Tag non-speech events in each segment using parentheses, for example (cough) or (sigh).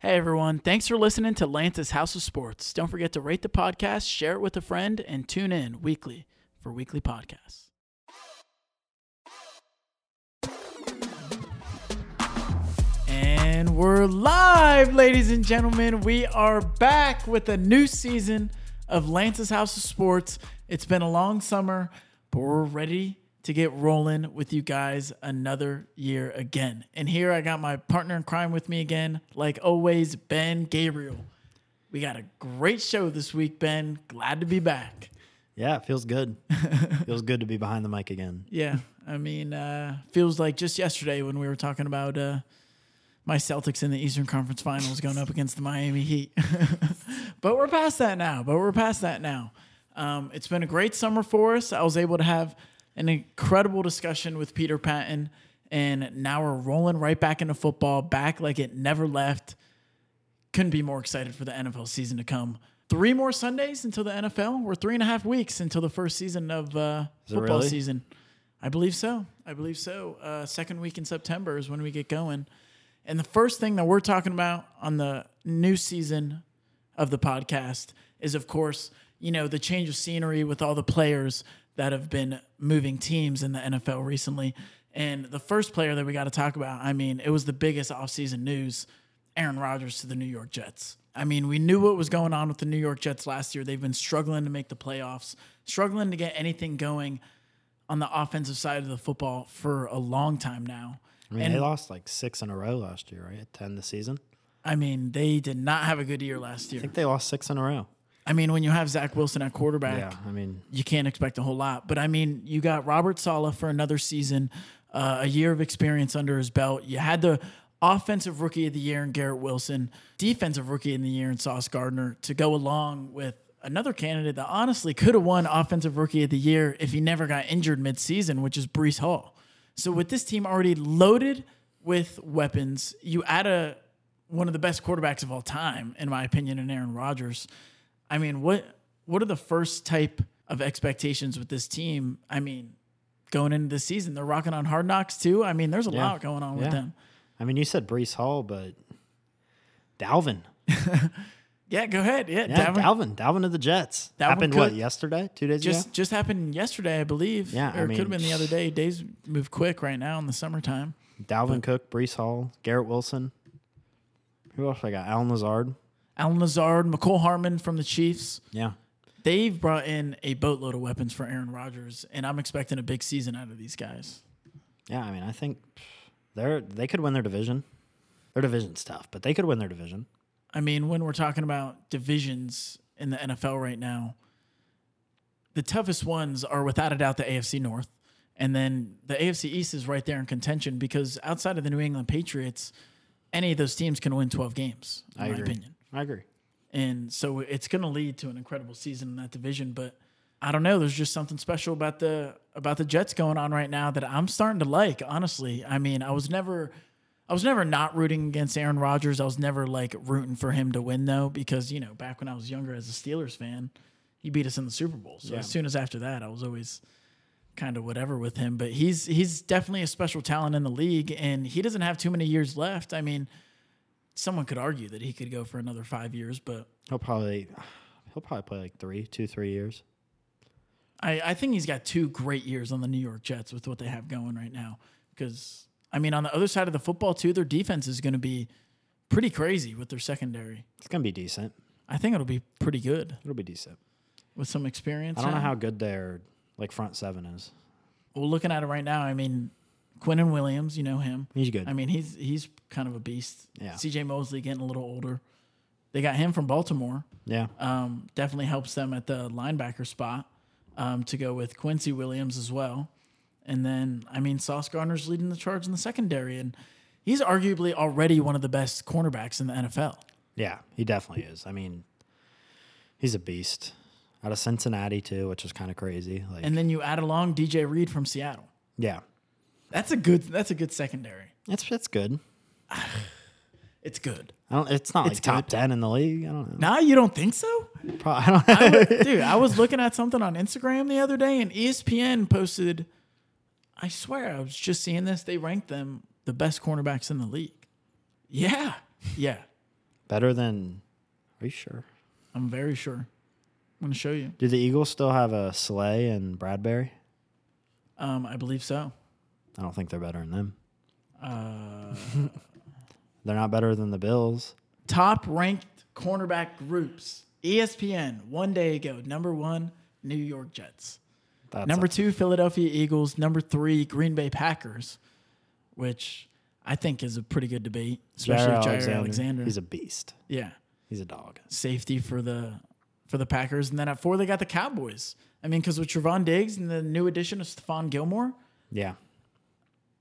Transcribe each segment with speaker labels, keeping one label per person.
Speaker 1: Hey everyone, thanks for listening to Lance's House of Sports. Don't forget to rate the podcast, share it with a friend, and tune in weekly for weekly podcasts. And we're live, ladies and gentlemen. We are back with a new season of Lance's House of Sports. It's been a long summer, but we're ready to get rolling with you guys another year again. And here I got my partner in crime with me again, like always, Ben Gabriel. We got a great show this week, Ben. Glad to be back.
Speaker 2: Yeah, it
Speaker 1: (laughs)
Speaker 2: feels good. feels good to be behind the mic again.
Speaker 1: Yeah, I mean, uh, feels like just yesterday when we were talking about uh, my Celtics in the Eastern Conference Finals going up against the Miami Heat. (laughs) but we're past that now. But we're past that now. Um, it's been a great summer for us. I was able to have an incredible discussion with Peter Patton, and now we're rolling right back into football, back like it never left. Couldn't be more excited for the NFL season to come. Three more Sundays until the NFL. We're three and a half weeks until the first season of uh,
Speaker 2: it
Speaker 1: football
Speaker 2: really?
Speaker 1: season. I believe so. I believe so. Uh, second week in September is when we get going. And the first thing that we're talking about on the new season of the podcast is, of course, you know, the change of scenery with all the players that have been moving teams in the NFL recently. And the first player that we got to talk about, I mean, it was the biggest offseason news Aaron Rodgers to the New York Jets. I mean, we knew what was going on with the New York Jets last year. They've been struggling to make the playoffs, struggling to get anything going on the offensive side of the football for a long time now.
Speaker 2: I mean, they lost like six in a row last year, right? At the end of the season.
Speaker 1: I mean, they did not have a good year last
Speaker 2: I
Speaker 1: year.
Speaker 2: think they lost six in a row.
Speaker 1: I mean, when you have Zach Wilson at quarterback,
Speaker 2: Yeah, I mean,
Speaker 1: you can't expect a whole lot. But I mean, you got Robert Sala for another season, uh, a year of experience under his belt. You had the offensive rookie of the year in Garrett Wilson, defensive rookie in the year in Sauce Gardner to go along with another candidate that honestly could have won offensive rookie of the year if he never got injured midseason, which is Brees Hall. So with this team already loaded with weapons, you add a one of the best quarterbacks of all time, in my opinion, in Aaron Rodgers. I mean, what what are the first type of expectations with this team? I mean, going into the season, they're rocking on hard knocks too. I mean, there's a
Speaker 2: Yeah.
Speaker 1: lot going on with
Speaker 2: Yeah.
Speaker 1: them.
Speaker 2: I mean, you said Brees Hall, but Dalvin,
Speaker 1: Yeah, go ahead. Yeah,
Speaker 2: yeah,
Speaker 1: Davin-
Speaker 2: Dalvin, Dalvin, to the Jets.
Speaker 1: Dalvin
Speaker 2: Happened what
Speaker 1: Cook.
Speaker 2: yesterday? Two days
Speaker 1: just
Speaker 2: ago.
Speaker 1: just happened yesterday, I believe.
Speaker 2: Yeah,
Speaker 1: or
Speaker 2: I
Speaker 1: it could have
Speaker 2: mean-
Speaker 1: been the other day. Days move quick right now in the summertime.
Speaker 2: Dalvin Cook, Brees Hall, Garrett Wilson. Who else I got? Alan Lazard.
Speaker 1: Alan Lazard, McCole Harmon from the Chiefs.
Speaker 2: Yeah,
Speaker 1: They've brought in a boatload of weapons for Aaron Rodgers, and I'm expecting a big season out of these guys.
Speaker 2: yeah. I mean, I think they're they could win their division. Their division's tough, but they could win their division.
Speaker 1: I mean, when we're talking about divisions in the NFL right now, the toughest ones are without a doubt the AFC North. And then the AFC East is right there in contention because outside of the New England Patriots, any of those teams can win 12 games, in
Speaker 2: I
Speaker 1: my
Speaker 2: agree.
Speaker 1: opinion.
Speaker 2: I agree.
Speaker 1: And so it's going to lead to an incredible season in that division. But I don't know. There's just something special about the about the Jets going on right now that I'm starting to like. Honestly, I mean, I was never, I was never not rooting against Aaron Rodgers. I was never like rooting for him to win though, because you know, back when I was younger as a Steelers fan, he beat us in the Super Bowl. So
Speaker 2: Yeah.
Speaker 1: as soon as after that, I was always kind of whatever with him, but he's he's definitely a special talent in the league, and he doesn't have too many years left. I mean, someone could argue that he could go for another five years, but
Speaker 2: He'll probably he'll probably play like three, two, three years.
Speaker 1: I, I think he's got two great years on the New York Jets with what they have going right now. Because I mean, on the other side of the football too, their defense is going to be pretty crazy with their secondary.
Speaker 2: It's gonna be decent.
Speaker 1: I think it'll be pretty good
Speaker 2: It'll be decent.
Speaker 1: with some experience.
Speaker 2: I don't know
Speaker 1: now.
Speaker 2: how good their like front seven is.
Speaker 1: Well, looking at it right now, I mean, Quinnen Williams, you know him.
Speaker 2: He's good.
Speaker 1: I mean, he's he's kind of a beast.
Speaker 2: Yeah.
Speaker 1: C.J. Mosley getting a little older. They got him from Baltimore.
Speaker 2: yeah,
Speaker 1: Um, definitely helps them at the linebacker spot um, to go with Quincy Williams as well. And then, I mean, Sauce Gardner's leading the charge in the secondary, and he's arguably already one of the best cornerbacks in the NFL.
Speaker 2: yeah, he definitely is. I mean, he's a beast. Out of Cincinnati too, which is kind of crazy. Like,
Speaker 1: And then you add along DJ Reed from Seattle.
Speaker 2: yeah,
Speaker 1: That's a good. That's a good secondary.
Speaker 2: it's it's good.
Speaker 1: It's good.
Speaker 2: I don't. It's not
Speaker 1: It's
Speaker 2: like top ten in the league. I don't know.
Speaker 1: Nah, you don't think so?
Speaker 2: Pro- (laughs) I don't. I
Speaker 1: (laughs) dude i was looking at something on instagram the other day and E espn posted i swear i was just seeing this they ranked them the best cornerbacks in the league yeah yeah
Speaker 2: Better than. Are you sure?
Speaker 1: I'm very sure. I'm gonna show you.
Speaker 2: Do the Eagles still have a Slay and Bradbury?
Speaker 1: Um, I believe so.
Speaker 2: I don't think they're better than them.
Speaker 1: Uh,
Speaker 2: (laughs) They're not better than the Bills.
Speaker 1: top ranked cornerback groups. E ESPN one day ago. Number one, New York Jets.
Speaker 2: That's
Speaker 1: Number
Speaker 2: a-
Speaker 1: two, Philadelphia Eagles. Number three, Green Bay Packers, which I think is a pretty good debate, especially Jair Alexander.
Speaker 2: He's a beast.
Speaker 1: yeah,
Speaker 2: He's a dog.
Speaker 1: safety for the for the Packers, and then at four they got the Cowboys. I mean, because with Trevon Diggs and the new addition of Stephon Gilmore,
Speaker 2: Yeah.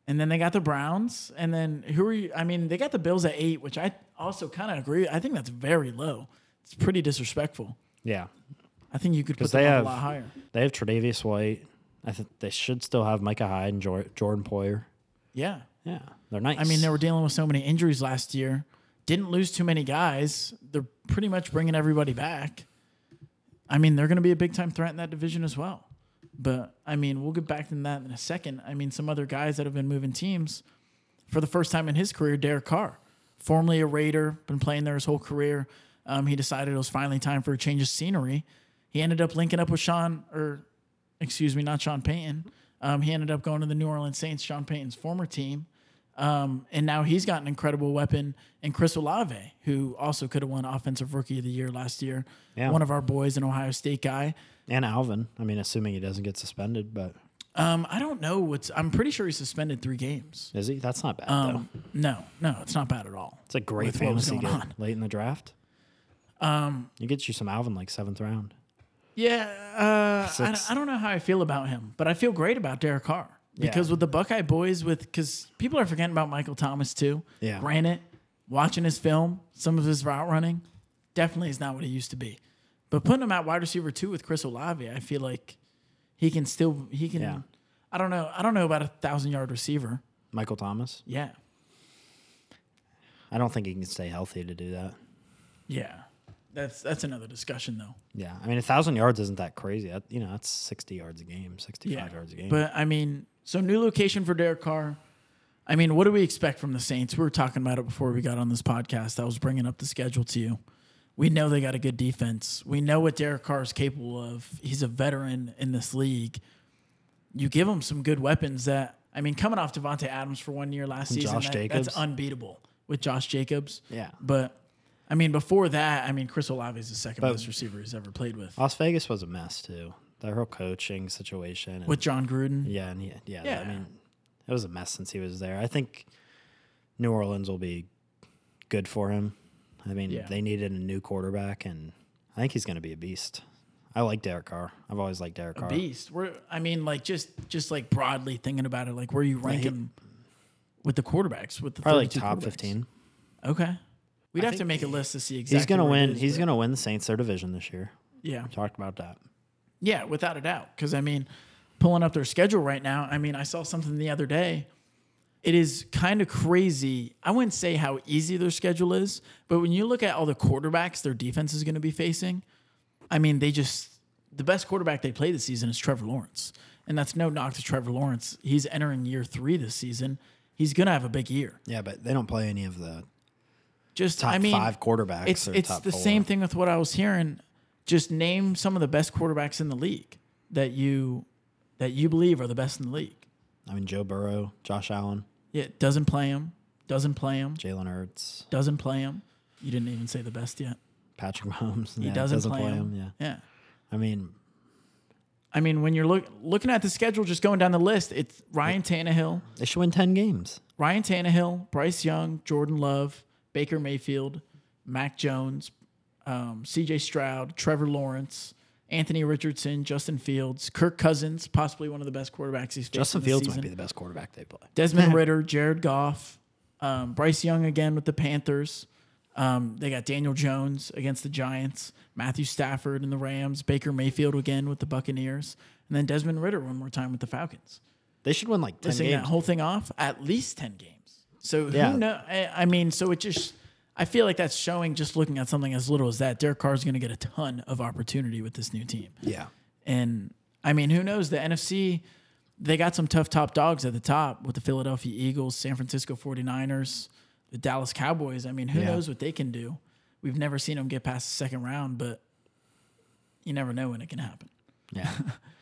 Speaker 1: and then they got the Browns, and then who are you? I mean, they got the Bills at eight, which I also kind of agree. I think that's very low. It's pretty disrespectful.
Speaker 2: Yeah.
Speaker 1: I think you could put
Speaker 2: Because
Speaker 1: them
Speaker 2: they
Speaker 1: up
Speaker 2: have
Speaker 1: a lot higher.
Speaker 2: they have Tre'Davious White. I think they should still have Micah Hyde and Jor- Jordan Poyer.
Speaker 1: Yeah,
Speaker 2: Yeah, they're nice.
Speaker 1: I mean, they were dealing with so many injuries last year. Didn't lose too many guys. They're pretty much bringing everybody back. I mean, they're going to be a big time threat in that division as well. But I mean, we'll get back to that in a second. I mean, some other guys that have been moving teams for the first time in his career, Derek Carr, formerly a Raider, been playing there his whole career. Um, he decided it was finally time for a change of scenery. He ended up linking up with Sean, or excuse me, not Sean Payton. Um, he ended up going to the New Orleans Saints, Sean Payton's former team. Um, and now he's got an incredible weapon in Chris Olave, who also could have won Offensive Rookie of the Year last year.
Speaker 2: Yeah.
Speaker 1: One of our boys, an Ohio State guy.
Speaker 2: and Alvin. I mean, assuming he doesn't get suspended, but
Speaker 1: Um, I don't know what's. I'm pretty sure he's suspended three games.
Speaker 2: is he? That's not bad
Speaker 1: Um,
Speaker 2: though.
Speaker 1: no, no, it's not bad at all.
Speaker 2: It's a great
Speaker 1: with what was
Speaker 2: fantasy
Speaker 1: going
Speaker 2: get
Speaker 1: on.
Speaker 2: late in the draft. Um, it gets you some Alvin like seventh round.
Speaker 1: Yeah, uh, I,
Speaker 2: Six.
Speaker 1: I don't know how I feel about him, but I feel great about Derek Carr because
Speaker 2: Yeah.
Speaker 1: with the Buckeye boys, with because people are forgetting about Michael Thomas too.
Speaker 2: Yeah.
Speaker 1: granted, watching his film, some of his route running, definitely is not what he used to be. But putting him at wide receiver two with Chris Olave, I feel like he can still he can.
Speaker 2: Yeah.
Speaker 1: I don't know. I don't know about a thousand yard receiver.
Speaker 2: Michael Thomas.
Speaker 1: Yeah,
Speaker 2: I don't think he can stay healthy to do that.
Speaker 1: yeah. That's that's another discussion though.
Speaker 2: Yeah, I mean, a thousand yards isn't that crazy. That, you know, that's sixty yards a game,
Speaker 1: Yeah.
Speaker 2: sixty-five yards a game.
Speaker 1: But I mean, so new location for Derek Carr. I mean, what do we expect from the Saints? We were talking about it before we got on this podcast. I was bringing up the schedule to you. We know they got a good defense. We know what Derek Carr is capable of. He's a veteran in this league. You give him some good weapons that I mean, coming off Devonte Adams for one year last season,
Speaker 2: Josh
Speaker 1: that-
Speaker 2: Jacobs.
Speaker 1: that's unbeatable with Josh Jacobs.
Speaker 2: Yeah.
Speaker 1: but I mean, before that, I mean, Chris Olave is the second
Speaker 2: But-
Speaker 1: best receiver he's ever played with.
Speaker 2: Las Vegas was a mess too. Their whole coaching situation. and-
Speaker 1: With John Gruden,
Speaker 2: Yeah, and he, yeah,
Speaker 1: Yeah.
Speaker 2: I mean, it was a mess since he was there. I think New Orleans will be good for him. I mean,
Speaker 1: Yeah.
Speaker 2: they needed a new quarterback, and I think he's going to be a beast. I like Derek Carr. I've always liked Derek Carr.
Speaker 1: beast. We're, I mean, like just just like broadly thinking about it, like where you rank
Speaker 2: he-
Speaker 1: him with the quarterbacks, with the
Speaker 2: Probably like
Speaker 1: 32
Speaker 2: top
Speaker 1: quarterbacks.
Speaker 2: fifteen.
Speaker 1: Okay, we'd
Speaker 2: I
Speaker 1: have to
Speaker 2: think
Speaker 1: make a list to see exactly.
Speaker 2: He's going to
Speaker 1: where it
Speaker 2: win.
Speaker 1: is,
Speaker 2: he's
Speaker 1: but-
Speaker 2: going to win the Saints their division this year.
Speaker 1: Yeah,
Speaker 2: Talked about that.
Speaker 1: yeah, without a doubt. Because I mean, pulling up their schedule right now. I mean, I saw something the other day. It is kind of crazy. I wouldn't say how easy their schedule is, but when you look at all the quarterbacks their defense is going to be facing, I mean, they just the best quarterback they play this season is Trevor Lawrence, and that's no knock to Trevor Lawrence. He's entering year three this season. He's gonna have a big year.
Speaker 2: Yeah, but they don't play any of the
Speaker 1: Just
Speaker 2: top
Speaker 1: I mean,
Speaker 2: five quarterbacks.
Speaker 1: it's
Speaker 2: or
Speaker 1: it's
Speaker 2: top
Speaker 1: the
Speaker 2: four.
Speaker 1: same thing with what I was hearing. Just name some of the best quarterbacks in the league that you that you believe are the best in the league.
Speaker 2: I mean, Joe Burrow, Josh Allen,
Speaker 1: Yeah, doesn't play him. Doesn't play him.
Speaker 2: Jalen Hurts,
Speaker 1: Doesn't play him. You didn't even say the best yet.
Speaker 2: Patrick Mahomes.
Speaker 1: He doesn't, play, him.
Speaker 2: Yeah,
Speaker 1: Yeah.
Speaker 2: I mean,
Speaker 1: I mean, when you're look, looking at the schedule, just going down the list, it's Ryan Tannehill,
Speaker 2: they should win ten games.
Speaker 1: Ryan Tannehill, Bryce Young, Jordan Love, Baker Mayfield, Mac Jones, um, C.J. Stroud, Trevor Lawrence, Anthony Richardson, Justin Fields, Kirk Cousins, possibly one of the best quarterbacks he's faced
Speaker 2: Justin
Speaker 1: in this
Speaker 2: Fields
Speaker 1: season.
Speaker 2: might be the best quarterback they play.
Speaker 1: Desmond Ritter, Jared Goff, um, Bryce Young again with the Panthers. Um, they got Daniel Jones against the Giants, Matthew Stafford and the Rams, Baker Mayfield again with the Buccaneers, and then Desmond Ritter one more time with the Falcons.
Speaker 2: They should win like ten
Speaker 1: Listing that
Speaker 2: games.
Speaker 1: whole thing off, at least ten games. So
Speaker 2: Yeah.
Speaker 1: who know? I, I mean, so it just. I feel like that's showing just looking at something as little as that. Derek Carr is going to get a ton of opportunity with this new team.
Speaker 2: yeah,
Speaker 1: And I mean, who knows? The NFC, they got some tough top dogs at the top with the Philadelphia Eagles, San Francisco 49ers, the Dallas Cowboys. I mean, who
Speaker 2: Yeah.
Speaker 1: knows what they can do? we've never seen him get past the second round, but you never know when it can happen.
Speaker 2: Yeah.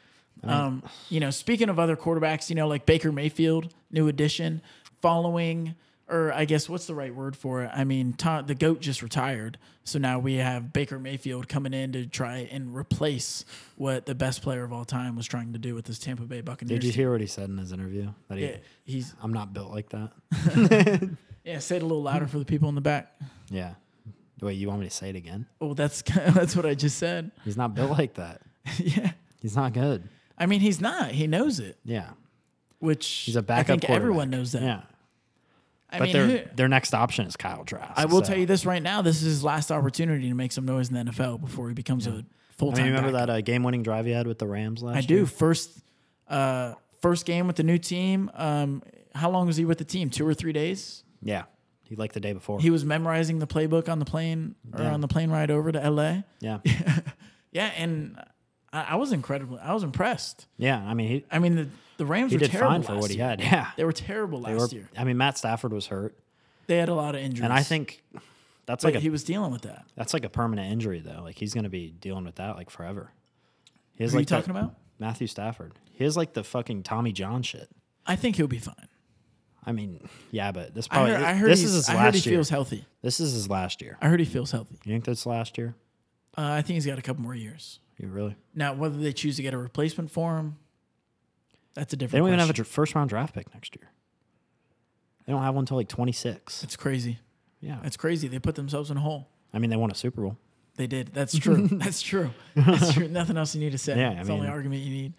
Speaker 1: (laughs) Um, you know, speaking of other quarterbacks, you know, like Baker Mayfield, new addition, following, or I guess what's the right word for it? I mean, Tom, the GOAT just retired. So now we have Baker Mayfield coming in to try and replace what the best player of all time was trying to do with this Tampa Bay Buccaneers.
Speaker 2: Did you hear what he said in his interview? That he,
Speaker 1: yeah, he's,
Speaker 2: I'm not built like that.
Speaker 1: yeah, say it a little louder for the people in the back.
Speaker 2: Yeah. Wait, you want me to say it again?
Speaker 1: Oh, that's (laughs) that's what I just said.
Speaker 2: He's not built like that.
Speaker 1: (laughs) yeah.
Speaker 2: He's not good.
Speaker 1: I mean, he's not. He knows it,
Speaker 2: Yeah.
Speaker 1: which
Speaker 2: He's a backup
Speaker 1: I think everyone
Speaker 2: quarterback.
Speaker 1: knows that.
Speaker 2: Yeah.
Speaker 1: I
Speaker 2: but
Speaker 1: mean,
Speaker 2: their
Speaker 1: who-
Speaker 2: their next option is Kyle Trask.
Speaker 1: I will
Speaker 2: so-
Speaker 1: tell you this right now. This is his last opportunity to make some noise in the NFL before he becomes a full
Speaker 2: I
Speaker 1: time.
Speaker 2: mean, remember that uh, game winning drive you had with the Rams last
Speaker 1: I
Speaker 2: year?
Speaker 1: do first uh, first game with the new team. Um, how long was he with the team? Two or three days.
Speaker 2: Yeah. He liked the day before.
Speaker 1: He was memorizing the playbook on the plane or
Speaker 2: Yeah.
Speaker 1: on the plane ride over to LA. (laughs)
Speaker 2: yeah.
Speaker 1: Yeah, and I, I was incredible. I was impressed.
Speaker 2: Yeah. I mean, he,
Speaker 1: I mean, the, the Rams
Speaker 2: he
Speaker 1: were
Speaker 2: did
Speaker 1: terrible
Speaker 2: fine for
Speaker 1: last
Speaker 2: what he
Speaker 1: year.
Speaker 2: had. Yeah.
Speaker 1: They were terrible
Speaker 2: They
Speaker 1: last
Speaker 2: were-
Speaker 1: year.
Speaker 2: I mean, Matt Stafford was hurt.
Speaker 1: They had a lot of injuries,
Speaker 2: And I think that's
Speaker 1: but
Speaker 2: like a
Speaker 1: he was dealing with that.
Speaker 2: that's like a permanent injury though. Like he's gonna be dealing with that like forever. He has,
Speaker 1: Who are you
Speaker 2: like, the-
Speaker 1: talking about?
Speaker 2: Matthew Stafford. He has like the fucking Tommy John shit.
Speaker 1: I think he'll be fine.
Speaker 2: I mean, yeah, but this
Speaker 1: I
Speaker 2: probably
Speaker 1: heard, I heard,
Speaker 2: Oh, this
Speaker 1: he's-
Speaker 2: is his
Speaker 1: I heard
Speaker 2: last
Speaker 1: he
Speaker 2: year.
Speaker 1: feels healthy.
Speaker 2: this is his last year.
Speaker 1: I heard he feels healthy.
Speaker 2: You think that's last year?
Speaker 1: Uh, I think he's got a couple more years.
Speaker 2: You really?
Speaker 1: Now, whether they choose to get a replacement for him, that's a different.
Speaker 2: They don't even have a
Speaker 1: question.
Speaker 2: dr- first round draft pick next year. They don't have one until like twenty six.
Speaker 1: It's crazy.
Speaker 2: Yeah,
Speaker 1: It's crazy. They put themselves in a hole.
Speaker 2: I mean they won a Super Bowl.
Speaker 1: They did.
Speaker 2: (laughs)
Speaker 1: That's true. that's true. That's true. Nothing else you need to say.
Speaker 2: Yeah, I
Speaker 1: it's the only
Speaker 2: mean-
Speaker 1: argument you need.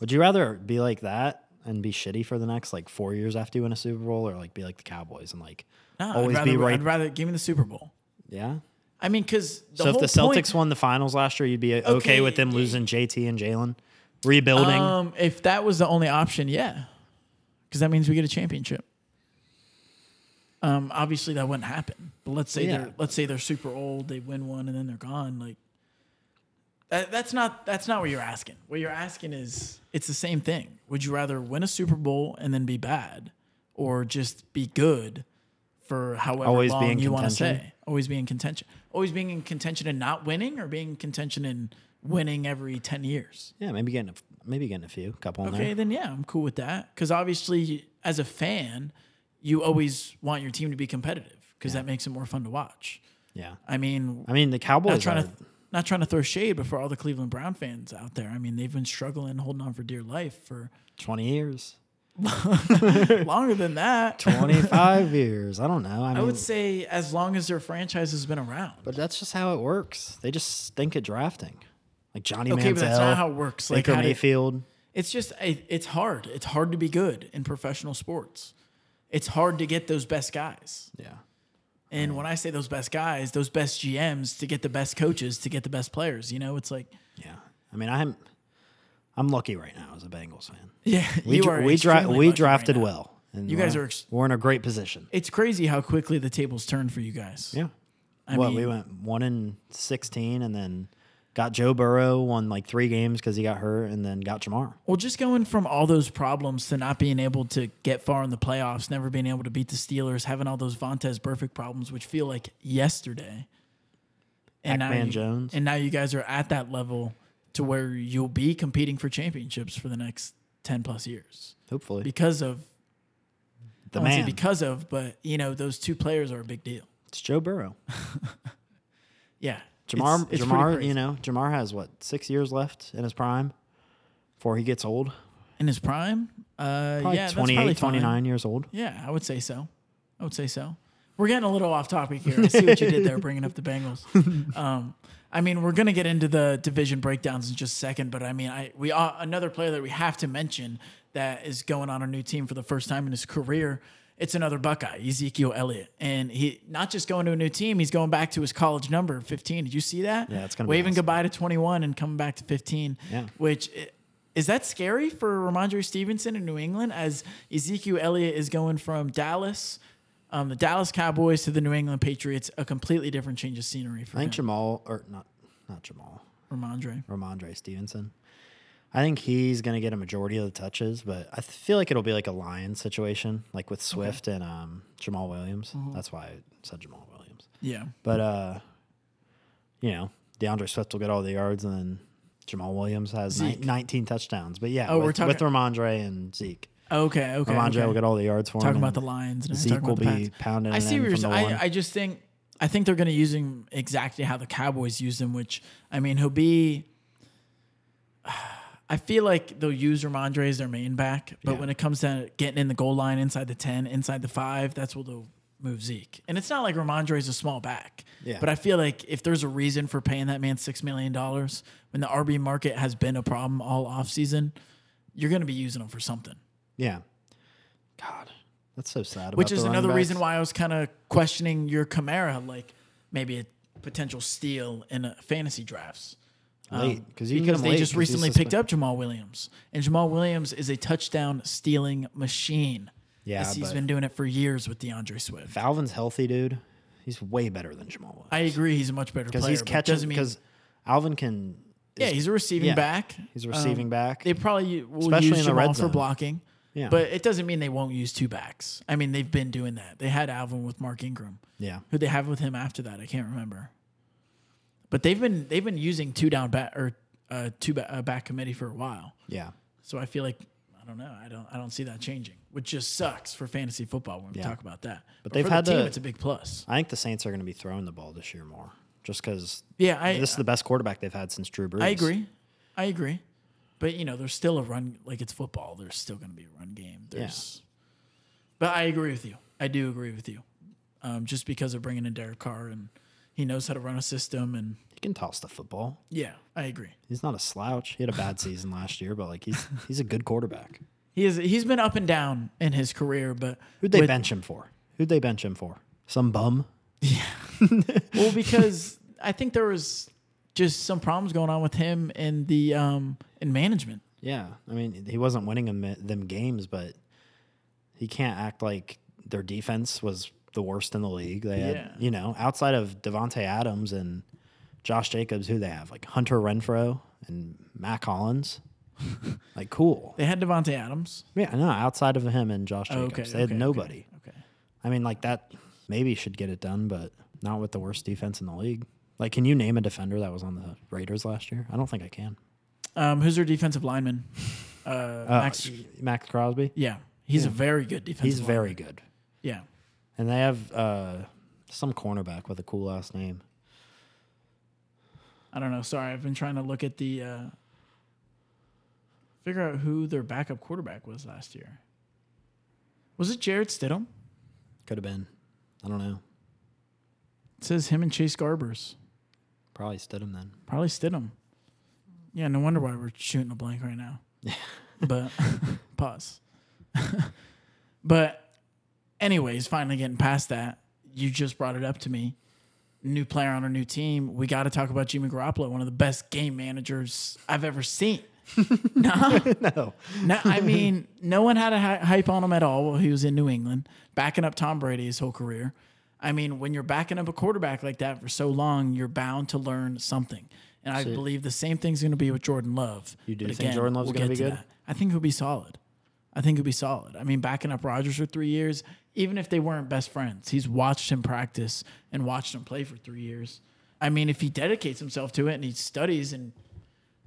Speaker 2: Would you rather be like that and be shitty for the next like four years after you win a Super Bowl, or like be like the Cowboys and like
Speaker 1: No,
Speaker 2: always
Speaker 1: I'd rather,
Speaker 2: be right?
Speaker 1: I'd rather give me the Super Bowl.
Speaker 2: yeah.
Speaker 1: I mean, because the
Speaker 2: so if
Speaker 1: whole
Speaker 2: the Celtics
Speaker 1: point,
Speaker 2: won the finals last year, you'd be okay,
Speaker 1: Okay,
Speaker 2: with them
Speaker 1: yeah.
Speaker 2: losing JT and Jalen, rebuilding.
Speaker 1: um, if that was the only option, yeah, because that means we get a championship. Um, obviously that wouldn't happen. But let's say
Speaker 2: Yeah.
Speaker 1: they're let's say they're super old, they win one, and then they're gone. Like that, that's not that's not what you're asking. What you're asking is it's the same thing. Would you rather win a Super Bowl and then be bad, or just be good for however
Speaker 2: Always be
Speaker 1: long
Speaker 2: in
Speaker 1: you want to
Speaker 2: contention?
Speaker 1: say? Always be in contention. Always being in contention and not winning, or being in contention and winning every ten years.
Speaker 2: yeah, maybe getting a, f- maybe getting a few couple in
Speaker 1: Okay,
Speaker 2: there.
Speaker 1: then yeah, I'm cool with that. Because obviously, as a fan, you always want your team to be competitive because that makes it more fun to watch.
Speaker 2: Yeah,
Speaker 1: I mean,
Speaker 2: I mean the
Speaker 1: not
Speaker 2: Cowboys.
Speaker 1: trying
Speaker 2: Are,
Speaker 1: to not trying to throw shade, but for all the Cleveland Brown fans out there, I mean, they've been struggling, holding on for dear life for
Speaker 2: (laughs) 20 years,
Speaker 1: longer than that.
Speaker 2: 25 (laughs) years. I don't know. I mean,
Speaker 1: I would say as long as their franchise has been around.
Speaker 2: but that's just how it works. They just stink at drafting. Like Johnny
Speaker 1: Okay,
Speaker 2: Manziel,
Speaker 1: but that's not how it works. Like,
Speaker 2: Baker
Speaker 1: how did-
Speaker 2: Mayfield.
Speaker 1: it's just it- it's hard. It's hard to be good in professional sports. It's hard to get those best guys.
Speaker 2: yeah,
Speaker 1: And when I say those best guys, those best GMs to get the best coaches to get the best players, you know, it's like (laughs)
Speaker 2: yeah. I mean, I'm I'm lucky right now as a Bengals fan.
Speaker 1: yeah,
Speaker 2: We
Speaker 1: you
Speaker 2: dra-
Speaker 1: are
Speaker 2: we, dra-
Speaker 1: extremely
Speaker 2: we
Speaker 1: lucky
Speaker 2: drafted
Speaker 1: right now.
Speaker 2: well. And
Speaker 1: You guys
Speaker 2: we're-
Speaker 1: are ex-
Speaker 2: we're in a great position.
Speaker 1: It's crazy how quickly the tables turn for you guys.
Speaker 2: Yeah.
Speaker 1: I
Speaker 2: what
Speaker 1: mean-
Speaker 2: we went one in sixteen, and then got Joe Burrow won like three games because he got hurt, and then got Jamar.
Speaker 1: Well, just going from all those problems to not being able to get far in the playoffs, never being able to beat the Steelers, having all those Vontez perfect problems, which feel like yesterday.
Speaker 2: Pac-Man
Speaker 1: you,
Speaker 2: Jones.
Speaker 1: And now you guys are at that level to where you'll be competing for championships for the next ten plus years
Speaker 2: Hopefully,
Speaker 1: because of
Speaker 2: the
Speaker 1: I won't say
Speaker 2: man.
Speaker 1: because of, but you know, those two players are a big deal.
Speaker 2: it's
Speaker 1: (laughs)
Speaker 2: Joe Burrow.
Speaker 1: Yeah. It's-
Speaker 2: Jamar,
Speaker 1: it's pretty
Speaker 2: Jamar,
Speaker 1: crazy.
Speaker 2: you know, Jamar has what six years left in his prime before he gets old.
Speaker 1: in his prime, uh,
Speaker 2: Probably
Speaker 1: yeah, that's probably
Speaker 2: 28,
Speaker 1: fine.
Speaker 2: 29 years old.
Speaker 1: Yeah, I would say so. I would say so. We're getting a little off topic here. I see what you did
Speaker 2: (laughs)
Speaker 1: there, bringing up the Bengals. Um, I mean, we're gonna get into the division breakdowns in just a second, but I mean, I we are another player that we have to mention that is going on a new team for the first time in his career. It's another Buckeye, Ezekiel Elliott, and he not just going to a new team, he's going back to his college number, 15. Did you see that?
Speaker 2: Yeah, it's gonna be
Speaker 1: waving
Speaker 2: awesome.
Speaker 1: goodbye to 21 and coming back to 15.
Speaker 2: Yeah.
Speaker 1: which. i- is that scary for Ramondre Stevenson in New England as Ezekiel Elliott is going from Dallas, um, the Dallas Cowboys to the New England Patriots, a completely different change of scenery for
Speaker 2: I
Speaker 1: him,
Speaker 2: think Jamal or not, not Jamal,
Speaker 1: Ramondre.
Speaker 2: Ramondre Stevenson. I think he's going to get a majority of the touches, but I th- feel like it'll be like a Lions situation, like with Swift and um, Jamal Williams.
Speaker 1: Mm-hmm.
Speaker 2: That's why I said Jamal Williams.
Speaker 1: Yeah.
Speaker 2: But uh, you know, DeAndre Swift will get all the yards, and then Jamal Williams has ni-
Speaker 1: Zeke.
Speaker 2: 19 touchdowns. But yeah,
Speaker 1: Oh,
Speaker 2: with,
Speaker 1: we're talking-
Speaker 2: with Ramondre and Zeke,
Speaker 1: Okay. Okay.
Speaker 2: Ramondre
Speaker 1: okay.
Speaker 2: will get all the yards for him.
Speaker 1: talking
Speaker 2: and
Speaker 1: about the Lions. And
Speaker 2: Zeke
Speaker 1: talking
Speaker 2: will
Speaker 1: about the Pats.
Speaker 2: be pounding.
Speaker 1: I
Speaker 2: it
Speaker 1: see
Speaker 2: in
Speaker 1: what you're
Speaker 2: from the
Speaker 1: saying.
Speaker 2: one.
Speaker 1: I, I just think I think they're going to use him exactly how the Cowboys used him, which I mean he'll be. (sighs) I feel like they'll use Ramondre as their main back, but
Speaker 2: Yeah.
Speaker 1: when it comes to getting in the goal line inside the ten, inside the five, that's where they'll move Zeke. And it's not like Ramondre is a small back,
Speaker 2: Yeah.
Speaker 1: but I feel like if there's a reason for paying that man six million dollars when the RB market has been a problem all offseason, you're going to be using him for something
Speaker 2: yeah, God, that's so sad.
Speaker 1: which
Speaker 2: about
Speaker 1: is
Speaker 2: the running
Speaker 1: another
Speaker 2: backs.
Speaker 1: reason why I was kind of questioning your Camara, like maybe a potential steal in a fantasy drafts.
Speaker 2: late because you can get
Speaker 1: Because um,
Speaker 2: him
Speaker 1: they
Speaker 2: late
Speaker 1: just
Speaker 2: 'cause he's
Speaker 1: recently
Speaker 2: suspended.
Speaker 1: picked up Jamal Williams, and Jamal Williams is a touchdown stealing machine.
Speaker 2: Yeah,
Speaker 1: as he's
Speaker 2: but-
Speaker 1: been doing it for years with DeAndre Swift.
Speaker 2: If Alvin's healthy, dude, he's way better than Jamal Williams.
Speaker 1: I agree, he's a much better
Speaker 2: because
Speaker 1: player.
Speaker 2: he's
Speaker 1: but
Speaker 2: catching
Speaker 1: doesn't mean-
Speaker 2: because Alvin can.
Speaker 1: yeah, he's a receiving
Speaker 2: yeah,
Speaker 1: back.
Speaker 2: He's a
Speaker 1: Um,
Speaker 2: receiving back.
Speaker 1: They probably will
Speaker 2: Especially
Speaker 1: use
Speaker 2: in the
Speaker 1: Jamal
Speaker 2: red
Speaker 1: for
Speaker 2: zone.
Speaker 1: blocking.
Speaker 2: Yeah.
Speaker 1: But it doesn't mean they won't use two backs. I mean, they've been doing that. They had Alvin with Mark Ingram.
Speaker 2: yeah,
Speaker 1: who they have with him after that. I can't remember. But they've been they've been using two down back or uh, two ba- uh, back committee for a while.
Speaker 2: yeah,
Speaker 1: So I feel like I don't know. I don't I don't see that changing, which just sucks for fantasy football when we
Speaker 2: Yeah.
Speaker 1: talk about that. But,
Speaker 2: they've
Speaker 1: for the
Speaker 2: had
Speaker 1: team,
Speaker 2: to-
Speaker 1: it's a big plus.
Speaker 2: I think the Saints are going to be throwing the ball this year more, just because
Speaker 1: Yeah, I
Speaker 2: this is the best quarterback they've had since Drew Brees.
Speaker 1: I agree. I agree. But you know, there's still a run like it's football. There's still going to be a run game. There's, but I agree with you. I do agree with you. Um, just because of bringing in Derek Carr and he knows how to run a system and
Speaker 2: He can toss the football.
Speaker 1: yeah, I agree.
Speaker 2: He's not a slouch. He had a bad season last year, but like he's he's a good quarterback.
Speaker 1: He is, he's been up and down in his career, but
Speaker 2: Who'd they
Speaker 1: with-
Speaker 2: bench him for? Who'd they bench him for? Some bum.
Speaker 1: well
Speaker 2: (laughs)
Speaker 1: because I think there was just some problems going on with him in the um, in management.
Speaker 2: Yeah, I mean he wasn't winning them, them games, but he can't act like their defense was the worst in the league. They had,
Speaker 1: Yeah.
Speaker 2: you know, outside of Devonte Adams and Josh Jacobs, who they have like Hunter Renfro and
Speaker 1: (laughs)
Speaker 2: Mac Hollins. like cool.
Speaker 1: They had Devonte Adams.
Speaker 2: Yeah, no, outside of him and Josh Jacobs,
Speaker 1: Oh, Okay,
Speaker 2: they had
Speaker 1: okay,
Speaker 2: nobody.
Speaker 1: Okay. okay.
Speaker 2: I mean, like that maybe should get it done, but not with the worst defense in the league. Like, can you name a defender that was on the Raiders last year? I don't think I can.
Speaker 1: Um, who's their defensive
Speaker 2: (laughs)
Speaker 1: lineman? Uh,
Speaker 2: Uh,
Speaker 1: Max.
Speaker 2: Max Crosby.
Speaker 1: Yeah, he's a very good defensive.
Speaker 2: He's
Speaker 1: lineman.
Speaker 2: very good,
Speaker 1: yeah.
Speaker 2: and they have uh, some cornerback with a cool last name.
Speaker 1: I don't know. Sorry, I've been trying to look at the uh, figure out who their backup quarterback was last year. Was it Jared Stidham?
Speaker 2: Could have been. I don't know.
Speaker 1: It says him and Chase Garbers.
Speaker 2: Probably Stidham then.
Speaker 1: Probably Stidham. Yeah, no wonder why we're shooting a blank right now. but (laughs) pause. (laughs) but anyways, finally getting past that, you just brought it up to me. New player on our new team. We got to talk about Jimmy Garoppolo, one of the best game managers I've ever seen.
Speaker 2: No.
Speaker 1: (laughs) No, I mean, no one had a hy- hype on him at all while he was in New England, backing up Tom Brady his whole career. I mean, when you're backing up a quarterback like that for so long, you're bound to learn something. And I believe the same thing's going to be with Jordan Love.
Speaker 2: You do
Speaker 1: But
Speaker 2: think Jordan Love's gonna
Speaker 1: get
Speaker 2: be
Speaker 1: to
Speaker 2: good?
Speaker 1: that. I think he'll be solid. I think he'll be solid. I mean, backing up Rodgers for three years, even if they weren't best friends, he's watched him practice and watched him play for three years. I mean, if he dedicates himself to it and he studies and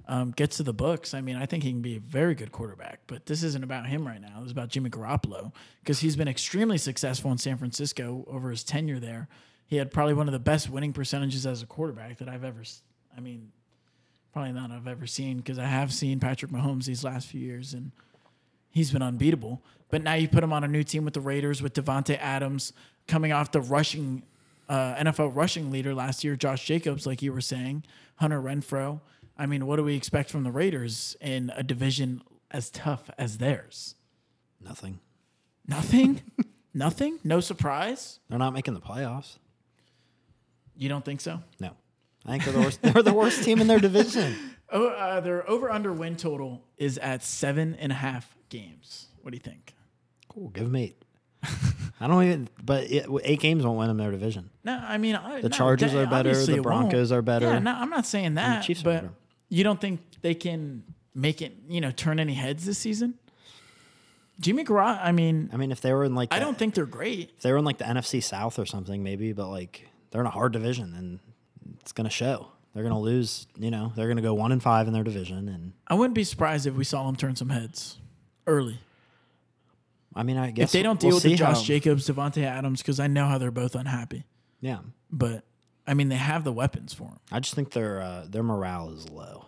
Speaker 1: um, gets to the books, I mean, I think he can be a very good quarterback. But this isn't about him right now. This is about Jimmy Garoppolo because he's been extremely successful in San Francisco over his tenure there. He had probably one of the best winning percentages as a quarterback that I've ever. s- I mean, probably not I've ever seen because I have seen Patrick Mahomes these last few years and he's been unbeatable. But now you put him on a new team with the Raiders with Devonte Adams coming off the rushing uh, NFL rushing leader last year, Josh Jacobs, like you were saying, Hunter Renfro. I mean, what do we expect from the Raiders in a division as tough as theirs?
Speaker 2: Nothing.
Speaker 1: (laughs) Nothing. Nothing. No surprise.
Speaker 2: They're not making the playoffs.
Speaker 1: You don't think so?
Speaker 2: No. I think they're the worst. (laughs) they're the worst team in their division.
Speaker 1: Oh, uh, their over under win total is at seven and a half games. What do you think?
Speaker 2: Cool. Give
Speaker 1: (laughs)
Speaker 2: them eight. I don't even. But it, eight games won't win them their division.
Speaker 1: No, I mean I, the
Speaker 2: Chargers are better, the Broncos are better.
Speaker 1: Yeah, no, I'm not saying that.
Speaker 2: Chiefs are
Speaker 1: but
Speaker 2: better.
Speaker 1: you don't think they can make it, you know, turn any heads this season? Jimmy Garoppolo, I mean,
Speaker 2: I mean, if they were in like,
Speaker 1: I
Speaker 2: the-
Speaker 1: don't think they're great.
Speaker 2: if they were in like the NFC South or something, maybe, but like they're in a hard division and it's gonna show. They're gonna lose, you know, they're gonna go one and five in their division and
Speaker 1: I wouldn't be surprised if we saw them turn some heads early.
Speaker 2: I mean I guess
Speaker 1: If they don't
Speaker 2: we'll
Speaker 1: deal with the
Speaker 2: see
Speaker 1: Josh
Speaker 2: how-
Speaker 1: Jacobs, Devontae Adams, because I know how they're both unhappy.
Speaker 2: Yeah.
Speaker 1: But I mean, they have the weapons for him.
Speaker 2: I just think their uh, their morale is low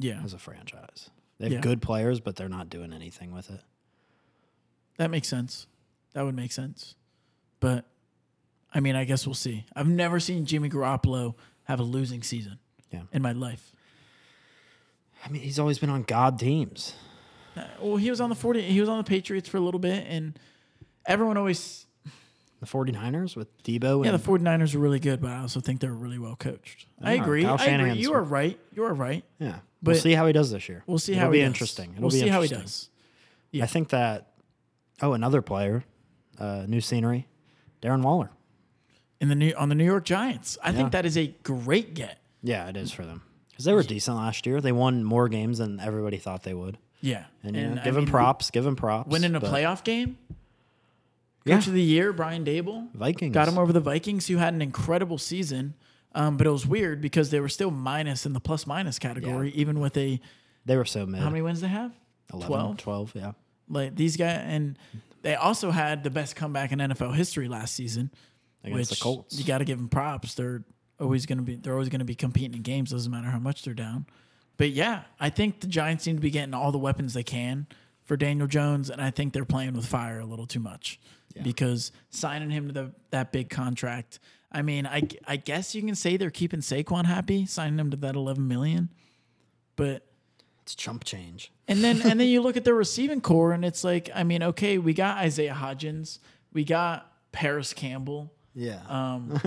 Speaker 1: Yeah,
Speaker 2: as a franchise. They have
Speaker 1: Yeah.
Speaker 2: good players, but they're not doing anything with it.
Speaker 1: that makes sense. That would make sense. But I mean, I guess we'll see. I've never seen Jimmy Garoppolo have a losing season
Speaker 2: Yeah.
Speaker 1: in my life.
Speaker 2: I mean, he's always been on God teams.
Speaker 1: Well, he was on the forty. He was on the Patriots for a little bit, and everyone always
Speaker 2: The 49ers with Debo
Speaker 1: yeah. The
Speaker 2: and
Speaker 1: 49ers are really good, but I also think they're really well coached. I
Speaker 2: Yeah,
Speaker 1: agree.
Speaker 2: Kyle
Speaker 1: I agree.
Speaker 2: Shanahan's-
Speaker 1: You are right. You are right.
Speaker 2: yeah.
Speaker 1: but-
Speaker 2: we'll see how he does this year.
Speaker 1: We'll see
Speaker 2: It'll
Speaker 1: how
Speaker 2: be
Speaker 1: he does.
Speaker 2: interesting. It'll
Speaker 1: we'll
Speaker 2: be
Speaker 1: see how he
Speaker 2: interesting.
Speaker 1: does. Yeah.
Speaker 2: I think that oh, another player, uh, new scenery, Darren Waller.
Speaker 1: in the new on the New York Giants. I
Speaker 2: Yeah.
Speaker 1: think that is a great get.
Speaker 2: Yeah, it is for them because they were decent last year. They won more games than everybody thought they would.
Speaker 1: Yeah,
Speaker 2: And, you know,
Speaker 1: I
Speaker 2: give them
Speaker 1: mean,
Speaker 2: props. Give them props.
Speaker 1: Winning a
Speaker 2: but
Speaker 1: playoff game,
Speaker 2: Yeah.
Speaker 1: coach of the year Brian Dable
Speaker 2: Vikings
Speaker 1: got him over the Vikings, who had an incredible season. Um, but it was weird because they were still minus in the plus minus category, even with a
Speaker 2: They were so mid.
Speaker 1: how many wins they have?
Speaker 2: 11,
Speaker 1: 12?
Speaker 2: 12, Yeah.
Speaker 1: Like these guys, and they also had the best comeback in NFL history last season.
Speaker 2: Against the
Speaker 1: which
Speaker 2: Colts.
Speaker 1: you got to give them props. They're always going to be they're always going to be competing in games. Doesn't matter how much they're down. But yeah, I think the Giants seem to be getting all the weapons they can for Daniel Jones, and I think they're playing with fire a little too much because signing him to the, that big contract. I mean, I, I guess you can say they're keeping Saquon happy, signing him to that 11 million, but.
Speaker 2: It's chump change.
Speaker 1: And then and
Speaker 2: (laughs)
Speaker 1: then you look at the receiving core and it's like, I mean, okay, we got Isaiah Hodgins, we got Paris Campbell,
Speaker 2: Yeah.
Speaker 1: um,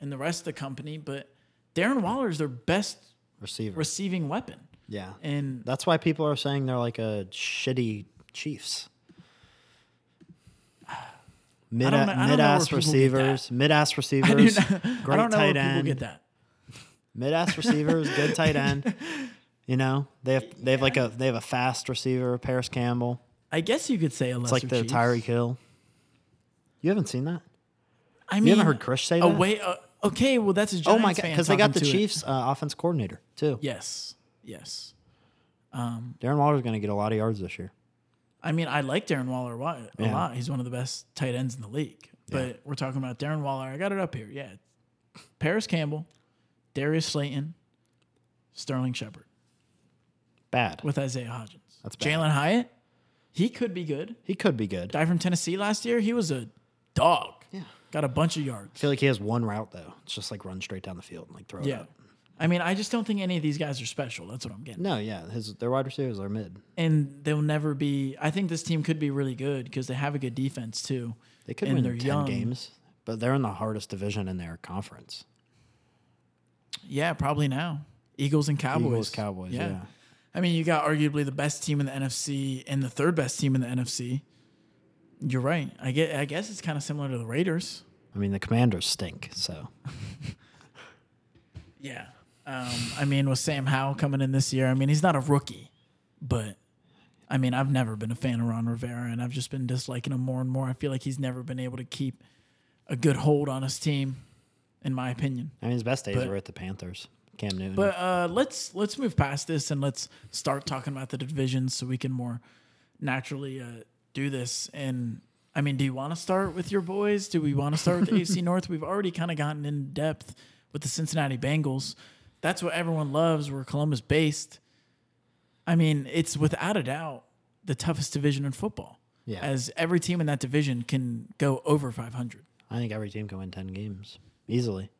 Speaker 1: and the rest of the company, but Darren Waller is their best
Speaker 2: Receiver.
Speaker 1: receiving weapon.
Speaker 2: yeah.
Speaker 1: And
Speaker 2: That's why people are saying they're like a shitty
Speaker 1: (sighs)
Speaker 2: Chiefs. Mid,
Speaker 1: don't know- I don't know
Speaker 2: mid ass
Speaker 1: where people get that.
Speaker 2: receivers, mid
Speaker 1: (laughs) I,
Speaker 2: ass
Speaker 1: do
Speaker 2: receivers,
Speaker 1: not, I
Speaker 2: great
Speaker 1: don't know where people
Speaker 2: tight
Speaker 1: get
Speaker 2: end,
Speaker 1: that.
Speaker 2: mid ass receivers, good
Speaker 1: (laughs)
Speaker 2: tight end. You know they have they have like a they have a fast receiver, Paris Campbell.
Speaker 1: I guess you could say a
Speaker 2: It's like their Tyreek Hill. You haven't seen that?
Speaker 1: I mean,
Speaker 2: You haven't heard Chris say that?
Speaker 1: a way. Uh, okay, well that's a Giants
Speaker 2: oh my god!
Speaker 1: fan
Speaker 2: Because they got the
Speaker 1: talking to it.
Speaker 2: Chiefs uh, offense coordinator too.
Speaker 1: Yes, yes.
Speaker 2: Darren Waller's going to get a lot of yards this year.
Speaker 1: I mean, I like Darren Waller a lot. a
Speaker 2: Yeah.
Speaker 1: lot. He's one of the best tight ends in the league. But we're talking about Darren Waller. I got it up here. Yeah. Paris Campbell, Darius Slayton, Sterling Shepard
Speaker 2: Bad.
Speaker 1: with Isaiah Hodgins.
Speaker 2: That's bad.
Speaker 1: Jalen Hyatt. He could be good.
Speaker 2: He could be good. I
Speaker 1: Guy from Tennessee last year, he was a dog.
Speaker 2: Yeah.
Speaker 1: Got a bunch of yards.
Speaker 2: feel like he has one route though. It's just like run straight down the field and like throw it
Speaker 1: Yeah.
Speaker 2: up.
Speaker 1: I mean, I just don't think any of these guys are special. That's what I'm getting.
Speaker 2: No, yeah, his their wide receivers are mid.
Speaker 1: And they'll never be. I think this team could be really good because they have a good defense too.
Speaker 2: They could
Speaker 1: And
Speaker 2: win
Speaker 1: they're
Speaker 2: ten
Speaker 1: young.
Speaker 2: games, but they're in the hardest division in their conference.
Speaker 1: Yeah, probably now. Eagles and Cowboys.
Speaker 2: Eagles, Cowboys, yeah.
Speaker 1: I mean, you got arguably the best team in the NFC and the third best team in the NFC. You're right. I get. I guess it's kind of similar to the Raiders.
Speaker 2: I mean, the Commanders stink. So
Speaker 1: Yeah. Um, I mean, with Sam Howell coming in this year, I mean, he's not a rookie, but I mean, I've never been a fan of Ron Rivera, and I've just been disliking him more and more. I feel like he's never been able to keep a good hold on his team, in my opinion.
Speaker 2: I mean, his best days
Speaker 1: But-
Speaker 2: were at the Panthers. Cam Newton.
Speaker 1: But uh, let's let's move past this and let's start talking about the divisions so we can more naturally uh, do this. And I mean, do you want to start with your boys? Do we want to start with the AFC North? We've already kind of gotten in depth with the Cincinnati Bengals. That's what everyone loves. We're Columbus based. I mean, it's without a doubt the toughest division in football.
Speaker 2: Yeah.
Speaker 1: As every team in that division can go over 500.
Speaker 2: I think every team can win ten games easily.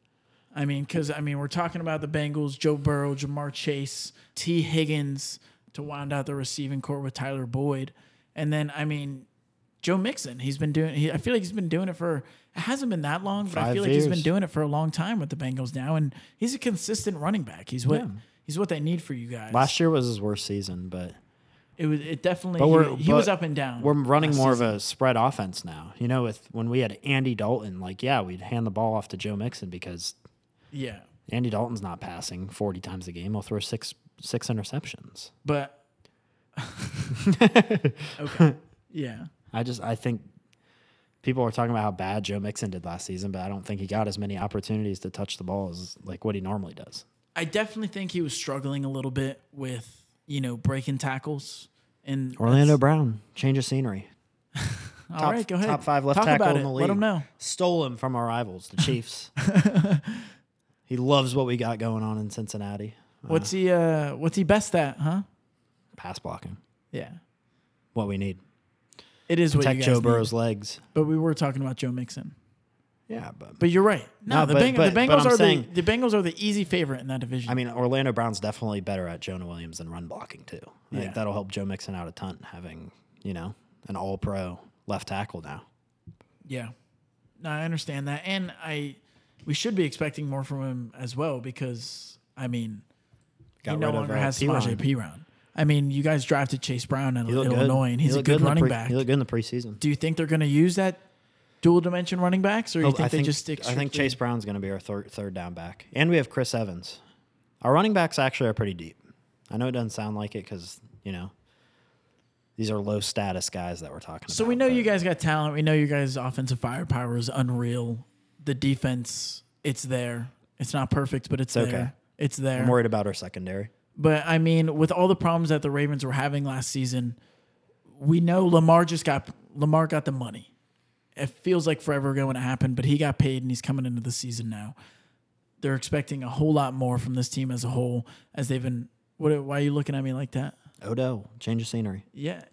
Speaker 1: I mean, because I mean, we're talking about the Bengals, Joe Burrow, Jamar Chase, T. Higgins to wind out the receiving core with Tyler Boyd, and then I mean, Joe Mixon. He's been doing. He, I feel like he's been doing it for. It hasn't been that long, but I
Speaker 2: Five
Speaker 1: feel like he's been
Speaker 2: years.
Speaker 1: doing it for a long time with the Bengals now, and he's a consistent running back. He's what he's what they need for you guys.
Speaker 2: Last year was his worst season, but
Speaker 1: it was it definitely.
Speaker 2: But
Speaker 1: he-
Speaker 2: we're-
Speaker 1: he,
Speaker 2: but
Speaker 1: was up and down.
Speaker 2: We're running
Speaker 1: Uh, last
Speaker 2: more of a spread offense now. You know, with when we had Andy Dalton, like yeah, we'd hand the ball off to Joe Mixon because
Speaker 1: yeah,
Speaker 2: (laughs) Andy Dalton's not passing forty times a game. He'll throw six six interceptions.
Speaker 1: but (laughs) Okay. yeah.
Speaker 2: I just I think people are talking about how bad Joe Mixon did last season, but I don't think he got as many opportunities to touch the ball as like what he normally does.
Speaker 1: I definitely think he was struggling a little bit with, you know, breaking tackles. And
Speaker 2: Orlando Brown, change of scenery.
Speaker 1: that's-
Speaker 2: top,
Speaker 1: all right, go ahead.
Speaker 2: Top five left
Speaker 1: Talk
Speaker 2: tackle
Speaker 1: about
Speaker 2: in the
Speaker 1: it.
Speaker 2: league.
Speaker 1: Let him know.
Speaker 2: Stole him from our rivals, the
Speaker 1: (laughs)
Speaker 2: Chiefs. he loves what we got going on in Cincinnati.
Speaker 1: What's he? Uh, what's he best at? Huh?
Speaker 2: Pass blocking,
Speaker 1: Yeah.
Speaker 2: what we need.
Speaker 1: It is what you
Speaker 2: Protect
Speaker 1: guys
Speaker 2: Joe
Speaker 1: need.
Speaker 2: Burrow's legs.
Speaker 1: But we were talking about Joe Mixon.
Speaker 2: Yeah, but
Speaker 1: But you're right. No,
Speaker 2: No,
Speaker 1: the,
Speaker 2: but-
Speaker 1: Beng- the
Speaker 2: but- but
Speaker 1: Bengals
Speaker 2: I'm
Speaker 1: are
Speaker 2: saying-
Speaker 1: the, the Bengals are the easy favorite in that division.
Speaker 2: I mean, Orlando Brown's definitely better at Jonah Williams and run blocking too. I
Speaker 1: Yeah.
Speaker 2: think that'll help Joe Mixon out a ton, having you know an All-Pro left tackle now.
Speaker 1: yeah. No, I understand that, and I we should be expecting more from him as well because I mean
Speaker 2: Got
Speaker 1: he no
Speaker 2: rid of,
Speaker 1: longer
Speaker 2: uh,
Speaker 1: has
Speaker 2: Piron.
Speaker 1: Samaje Perine. I mean, you guys drafted Chase Brown in
Speaker 2: He looked good.
Speaker 1: Illinois, and he's
Speaker 2: He
Speaker 1: a
Speaker 2: looked
Speaker 1: good
Speaker 2: in the
Speaker 1: running
Speaker 2: pre-
Speaker 1: back.
Speaker 2: He looked good in the preseason.
Speaker 1: Do you think they're going to use that dual dimension running backs, or you
Speaker 2: Oh,
Speaker 1: think, they just stick?
Speaker 2: I think
Speaker 1: strictly-
Speaker 2: Chase Brown's going to be our thir- third down back, and we have Chris Evans. Our running backs actually are pretty deep. I know it doesn't sound like it because you know these are low status guys that we're talking
Speaker 1: So
Speaker 2: about.
Speaker 1: we know
Speaker 2: but
Speaker 1: you guys got talent. We know you guys' offensive firepower is unreal. The defense, it's there. It's not perfect, but it's,
Speaker 2: It's okay.
Speaker 1: there. It's there.
Speaker 2: I'm worried about our secondary.
Speaker 1: But I mean, with all the problems that the Ravens were having last season, we know Lamar just got Lamar got the money. It feels like forever ago when it happened, but he got paid and he's coming into the season now. They're expecting a whole lot more from this team as a whole, as they've been. What? Why are you looking at me like that?
Speaker 2: Odell, change of scenery.
Speaker 1: Yeah.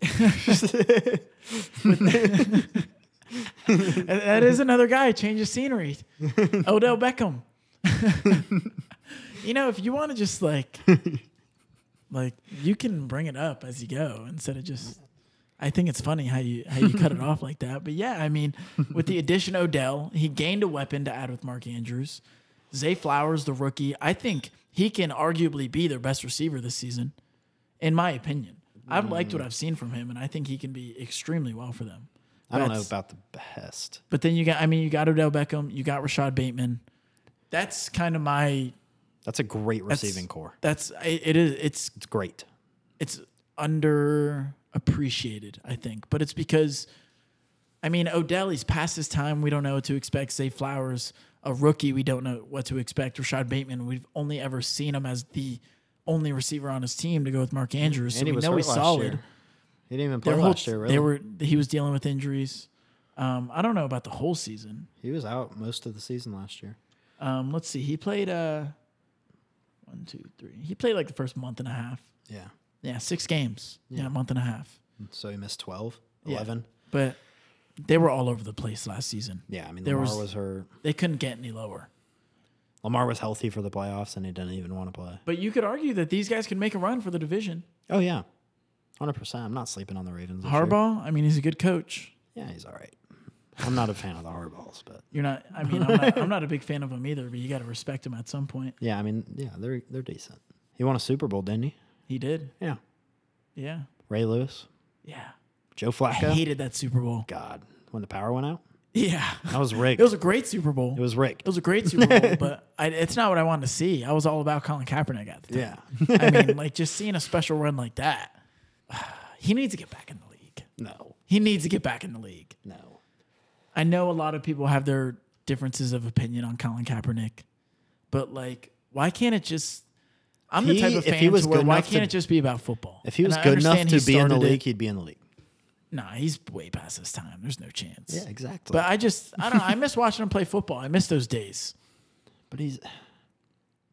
Speaker 1: But- that is another guy. Change of scenery. Odell Beckham. (laughs) you know, if you want to just like, like you can bring it up as you go instead of just. I think it's funny how you how you cut it off like that. But yeah, I mean, with the addition of Odell, he gained a weapon to add with Mark Andrews. Zay Flowers, the rookie, I think he can arguably be their best receiver this season in my opinion. I've liked
Speaker 2: Mm.
Speaker 1: what I've seen from him, and I think he can be extremely well for them.
Speaker 2: I don't know
Speaker 1: That's-
Speaker 2: about the best.
Speaker 1: But then you got, I mean, you got Odell Beckham, you got Rashad Bateman. That's kind of my
Speaker 2: That's a great
Speaker 1: that's-
Speaker 2: receiving core.
Speaker 1: That's it it is it's
Speaker 2: It's great.
Speaker 1: it's underappreciated, I think. But it's because, I mean, Odell, he's past his time. We don't know what to expect. Say Flowers, a rookie, we don't know what to expect. Rashad Bateman, we've only ever seen him as the only receiver on his team to go with Mark Andrews. So
Speaker 2: and he
Speaker 1: we
Speaker 2: was
Speaker 1: know
Speaker 2: hurt
Speaker 1: he's
Speaker 2: last
Speaker 1: solid.
Speaker 2: year. He didn't even play
Speaker 1: their whole
Speaker 2: last year. Really,
Speaker 1: they were he was dealing with injuries. Um, I don't know about the whole season.
Speaker 2: he was out most of the season last year.
Speaker 1: Um, let's see. He played uh, one, two, three. He played like the first month and a half.
Speaker 2: Yeah,
Speaker 1: Yeah, six games. Yeah, a month and a half.
Speaker 2: so he missed 12,
Speaker 1: Yeah.
Speaker 2: 11.
Speaker 1: But they were all over the place last season.
Speaker 2: Yeah, I mean
Speaker 1: There
Speaker 2: Lamar
Speaker 1: was-
Speaker 2: was, hurt.
Speaker 1: They couldn't get any lower.
Speaker 2: Lamar was healthy for the playoffs, and he didn't even want to play.
Speaker 1: But you could argue that these guys could make a run for the division.
Speaker 2: Oh yeah, hundred percent. I'm not sleeping on the Ravens. this year.
Speaker 1: Harbaugh, I mean, he's a good coach.
Speaker 2: Yeah, he's all right. I'm not a fan of the Harbaughs, but
Speaker 1: You're not. I mean, I'm
Speaker 2: (laughs)
Speaker 1: not, I'm not a big fan of him either. But you got to respect him at some point.
Speaker 2: yeah, I mean, yeah, they're they're decent. He won a Super Bowl, didn't he?
Speaker 1: He did.
Speaker 2: Yeah.
Speaker 1: Yeah.
Speaker 2: Ray Lewis,
Speaker 1: Yeah.
Speaker 2: Joe
Speaker 1: I
Speaker 2: Flacco.
Speaker 1: hated that Super Bowl.
Speaker 2: God, when the power went out,
Speaker 1: Yeah. (laughs)
Speaker 2: that was rigged.
Speaker 1: It was a great Super Bowl.
Speaker 2: it was rigged.
Speaker 1: It was a great Super
Speaker 2: (laughs)
Speaker 1: Bowl, but I, it's not what I wanted to see. I was all about Colin Kaepernick at the time. (laughs)
Speaker 2: yeah.
Speaker 1: I
Speaker 2: (laughs)
Speaker 1: mean, like just seeing a special run like that, (sighs) he needs to get back in the league.
Speaker 2: no.
Speaker 1: He needs to get back in the league.
Speaker 2: No.
Speaker 1: I know a lot of people have their differences of opinion on Colin Kaepernick, but like, why can't it just? I'm the
Speaker 2: He-
Speaker 1: type of
Speaker 2: if
Speaker 1: fan
Speaker 2: he was
Speaker 1: to where
Speaker 2: good
Speaker 1: why
Speaker 2: enough
Speaker 1: can't
Speaker 2: to-
Speaker 1: it just be about football?
Speaker 2: If he
Speaker 1: And
Speaker 2: was
Speaker 1: I
Speaker 2: good enough
Speaker 1: understand
Speaker 2: to
Speaker 1: he
Speaker 2: be in the
Speaker 1: started it.
Speaker 2: league, he'd be in the league.
Speaker 1: nah, he's way past his time. There's no chance.
Speaker 2: Yeah, exactly.
Speaker 1: But I just, I don't know. I miss watching him play football. I miss those days.
Speaker 2: But he's